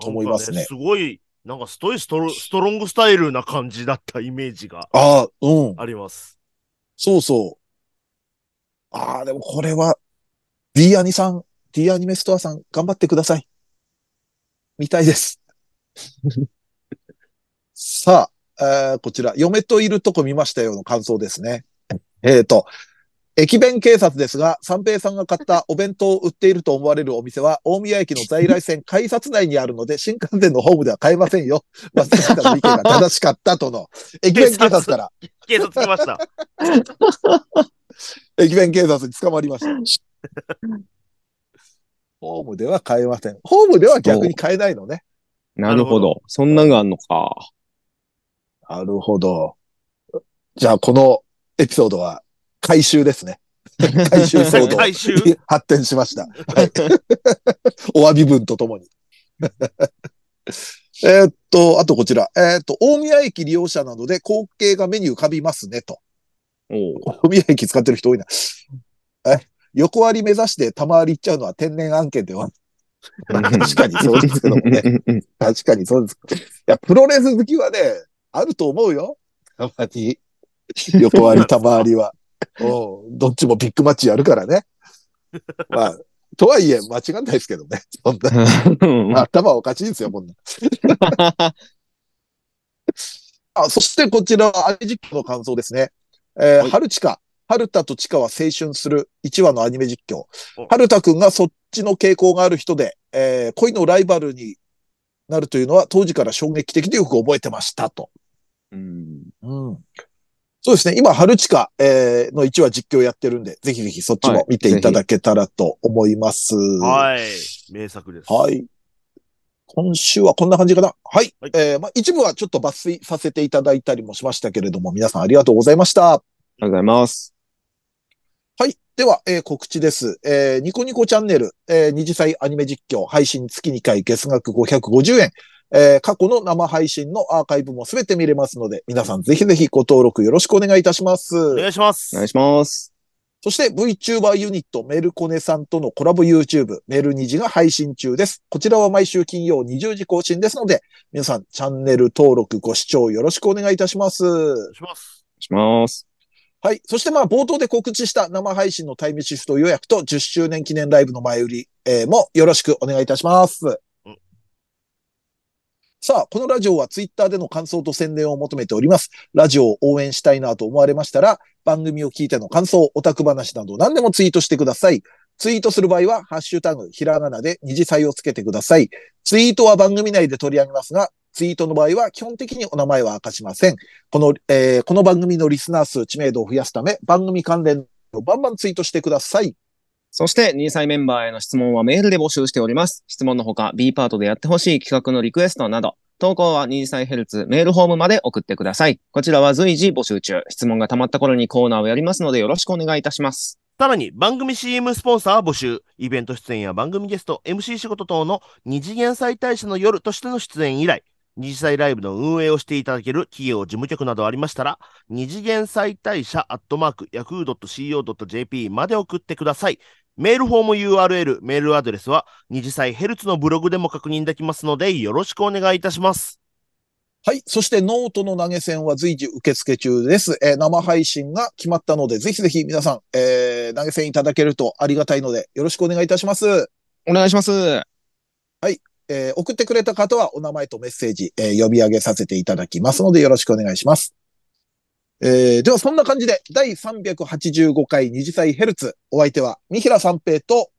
[SPEAKER 4] と
[SPEAKER 2] 思いますね
[SPEAKER 4] すごいなんかストイストロストロングスタイルな感じだったイメージが
[SPEAKER 2] ああ、うん。
[SPEAKER 4] あります。
[SPEAKER 2] そうそう。ああ、でもこれは、D アニさん、D アニメストアさん、頑張ってください。見たいです。さあ、えーこちら、嫁といるとこ見ましたよの感想ですね。えーと、駅弁警察ですが、三平さんが買ったお弁当を売っていると思われるお店は、大宮駅の在来線改札内にあるので、新幹線のホームでは買えませんよ。松下の意見が正しかったとの、駅弁警察から、
[SPEAKER 4] 警察来ま した。
[SPEAKER 2] 駅弁警察に捕まりました。ホームでは買えません。ホームでは逆に買えないのね。
[SPEAKER 3] なるほ
[SPEAKER 4] なる
[SPEAKER 3] ど。そんなんがあんのか。
[SPEAKER 2] なるほど。じゃあ、このエピソードは回収です ね。回収騒動
[SPEAKER 4] 回収
[SPEAKER 2] に発展しました。はいお詫び文とともに。 えーっと、あとこちら。えーっと、大宮駅利用者などで光景が目に浮かびますね、と。
[SPEAKER 3] おう
[SPEAKER 2] 大宮駅使ってる人多いな。え横割り目指して玉割り行っちゃうのは天然案件では確かにそうですけどもね。 確かにそうです。いや、プロレス好きはね、あると思うよ。たまに。横割り、たまわりは。おうどっちもビッグマッチやるからね。まあ、とはいえ、間違んないですけどね。そんな、 頭おかしいですよ、こんな。あ、そしてこちらは、アニ実況の感想ですね。えー
[SPEAKER 3] はい
[SPEAKER 2] 春地下。春田と地下は青春する1話のアニメ実況
[SPEAKER 4] お。
[SPEAKER 2] 春田くんがそっちの傾向がある人で、えー恋のライバルになるというのは当時から衝撃的でよく覚えてましたと。
[SPEAKER 3] うん
[SPEAKER 2] うん。そうですね。今、春地下、えーの1話実況やってるんで、ぜひぜひそっちも見ていただけたらと思います。
[SPEAKER 4] はい。名作です。
[SPEAKER 2] はい。今週はこんな感じかな。はい。
[SPEAKER 4] はい
[SPEAKER 2] えーまあ、一部はちょっと抜粋させていただいたりもしましたけれども、皆さんありがとうございました。
[SPEAKER 3] ありがとうございます。
[SPEAKER 2] はい。では、えー告知です。えーニコニコチャンネル、えー二次祭アニメ実況、配信月2回、月額550円。えー過去の生配信のアーカイブもすべて見れますので、皆さんぜひぜひご登録よろしくお願いいたします。
[SPEAKER 4] お願いします。
[SPEAKER 3] お願いします。
[SPEAKER 2] そして VTuber ユニットメルコネさんとのコラボ YouTube メルニジが配信中です。こちらは毎週金曜20時更新ですので、皆さんチャンネル登録ご視聴よろしくお願いいたします。
[SPEAKER 4] お願いします。
[SPEAKER 3] お願いします。
[SPEAKER 2] はい。そしてまあ冒頭で告知した生配信のタイムシフト予約と10周年記念ライブの前売り、えーもよろしくお願いいたします
[SPEAKER 4] うん。
[SPEAKER 2] さあ、このラジオはツイッターでの感想と宣伝を求めております。ラジオを応援したいなと思われましたら、番組を聞いての感想、オタク話など何でもツイートしてください。ツイートする場合は、ハッシュタグ、ひらがなで二次祭をつけてください。ツイートは番組内で取り上げますが、ツイートの場合は基本的にお名前は明かしません。この、えーこの番組のリスナー数、知名度を増やすため、番組関連をバンバンツイートしてください。
[SPEAKER 3] そして、2歳メンバーへの質問はメールで募集しております。質問のほか、B パートでやってほしい企画のリクエストなど、投稿は2歳ヘルツメールホームまで送ってください。こちらは随時募集中。質問が溜まった頃にコーナーをやりますので、よろしくお願いいたします。
[SPEAKER 4] さらに番組 CM スポンサー募集、イベント出演や番組ゲスト、MC 仕事等の二次元再大社の夜としての出演以来、二次祭ライブの運営をしていただける企業、事務局などありましたら、二次元再大社アットマーク、ヤフー .co.jp まで送ってください。メールフォーム URL、メールアドレスは二次祭ヘルツのブログでも確認できますので、よろしくお願いいたします。
[SPEAKER 2] はい。そしてノートの投げ銭は随時受付中です。えー生配信が決まったので、ぜひぜひ皆さん、えー投げ銭いただけるとありがたいので、よろしくお願いいたします。
[SPEAKER 3] お願いします。
[SPEAKER 2] えー送ってくれた方はお名前とメッセージ、えー呼び上げさせていただきますので、よろしくお願いします。えーでは、そんな感じで、第385回二次祭ヘルツ、お相手は、三平三平と、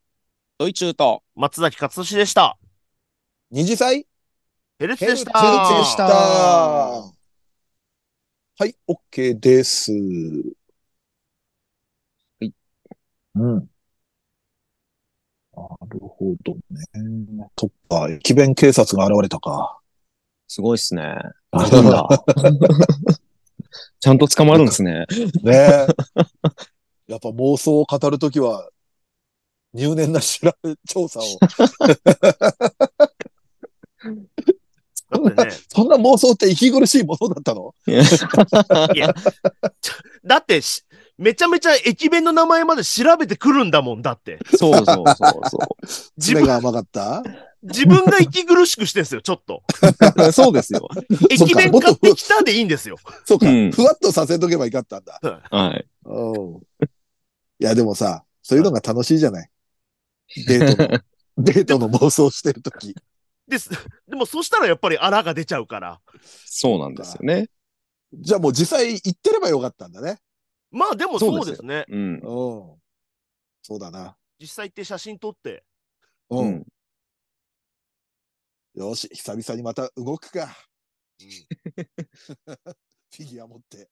[SPEAKER 3] ドイチューと、。
[SPEAKER 4] 松崎勝利でした。
[SPEAKER 2] 二次祭
[SPEAKER 4] ヘルツ
[SPEAKER 2] ヘル
[SPEAKER 4] で
[SPEAKER 2] ツ
[SPEAKER 4] し
[SPEAKER 2] で
[SPEAKER 4] た。
[SPEAKER 2] した。はい、OK です。はいうん。なるほどね。そっか、駅弁警察が現れたか。
[SPEAKER 3] すごいっすね。あるん だ。ちゃんと捕まるんですね。
[SPEAKER 2] ねえ。やっぱ妄想を語るときは、入念な調べ、調査を。
[SPEAKER 4] だってね。
[SPEAKER 2] そんな妄想って息苦しいものだったの
[SPEAKER 4] いや、ちょだってし、めちゃめちゃ駅弁の名前まで調べてくるんだもんだって。
[SPEAKER 3] そうそうそうそう。
[SPEAKER 4] 自
[SPEAKER 2] 爪
[SPEAKER 4] 分、
[SPEAKER 2] が甘かった
[SPEAKER 4] 自分が息苦しくしてんすよ、ちょっ と。
[SPEAKER 5] そうですよ。
[SPEAKER 2] そっ
[SPEAKER 4] 駅
[SPEAKER 2] か
[SPEAKER 4] 弁買ってきたでいいんですよ。
[SPEAKER 2] そうか、
[SPEAKER 3] うん
[SPEAKER 2] ふわっとさせとけばいかったんだ。
[SPEAKER 3] はい。
[SPEAKER 2] おういや、でもさ、そういうのが楽しいじゃない。デー トの、デートの妄想してるとき。
[SPEAKER 4] です。でも、そしたらやっぱり荒が出ちゃうから。
[SPEAKER 3] そうなんですよね。
[SPEAKER 2] じゃあもう実際行ってればよかったんだね。
[SPEAKER 4] まあ、でもそうですね。
[SPEAKER 3] うん。
[SPEAKER 2] うん。そうだな。
[SPEAKER 4] 実際行って写真撮って。
[SPEAKER 2] う。
[SPEAKER 3] うんん。
[SPEAKER 2] よし、久々 にまた動くか。フィギュア持って。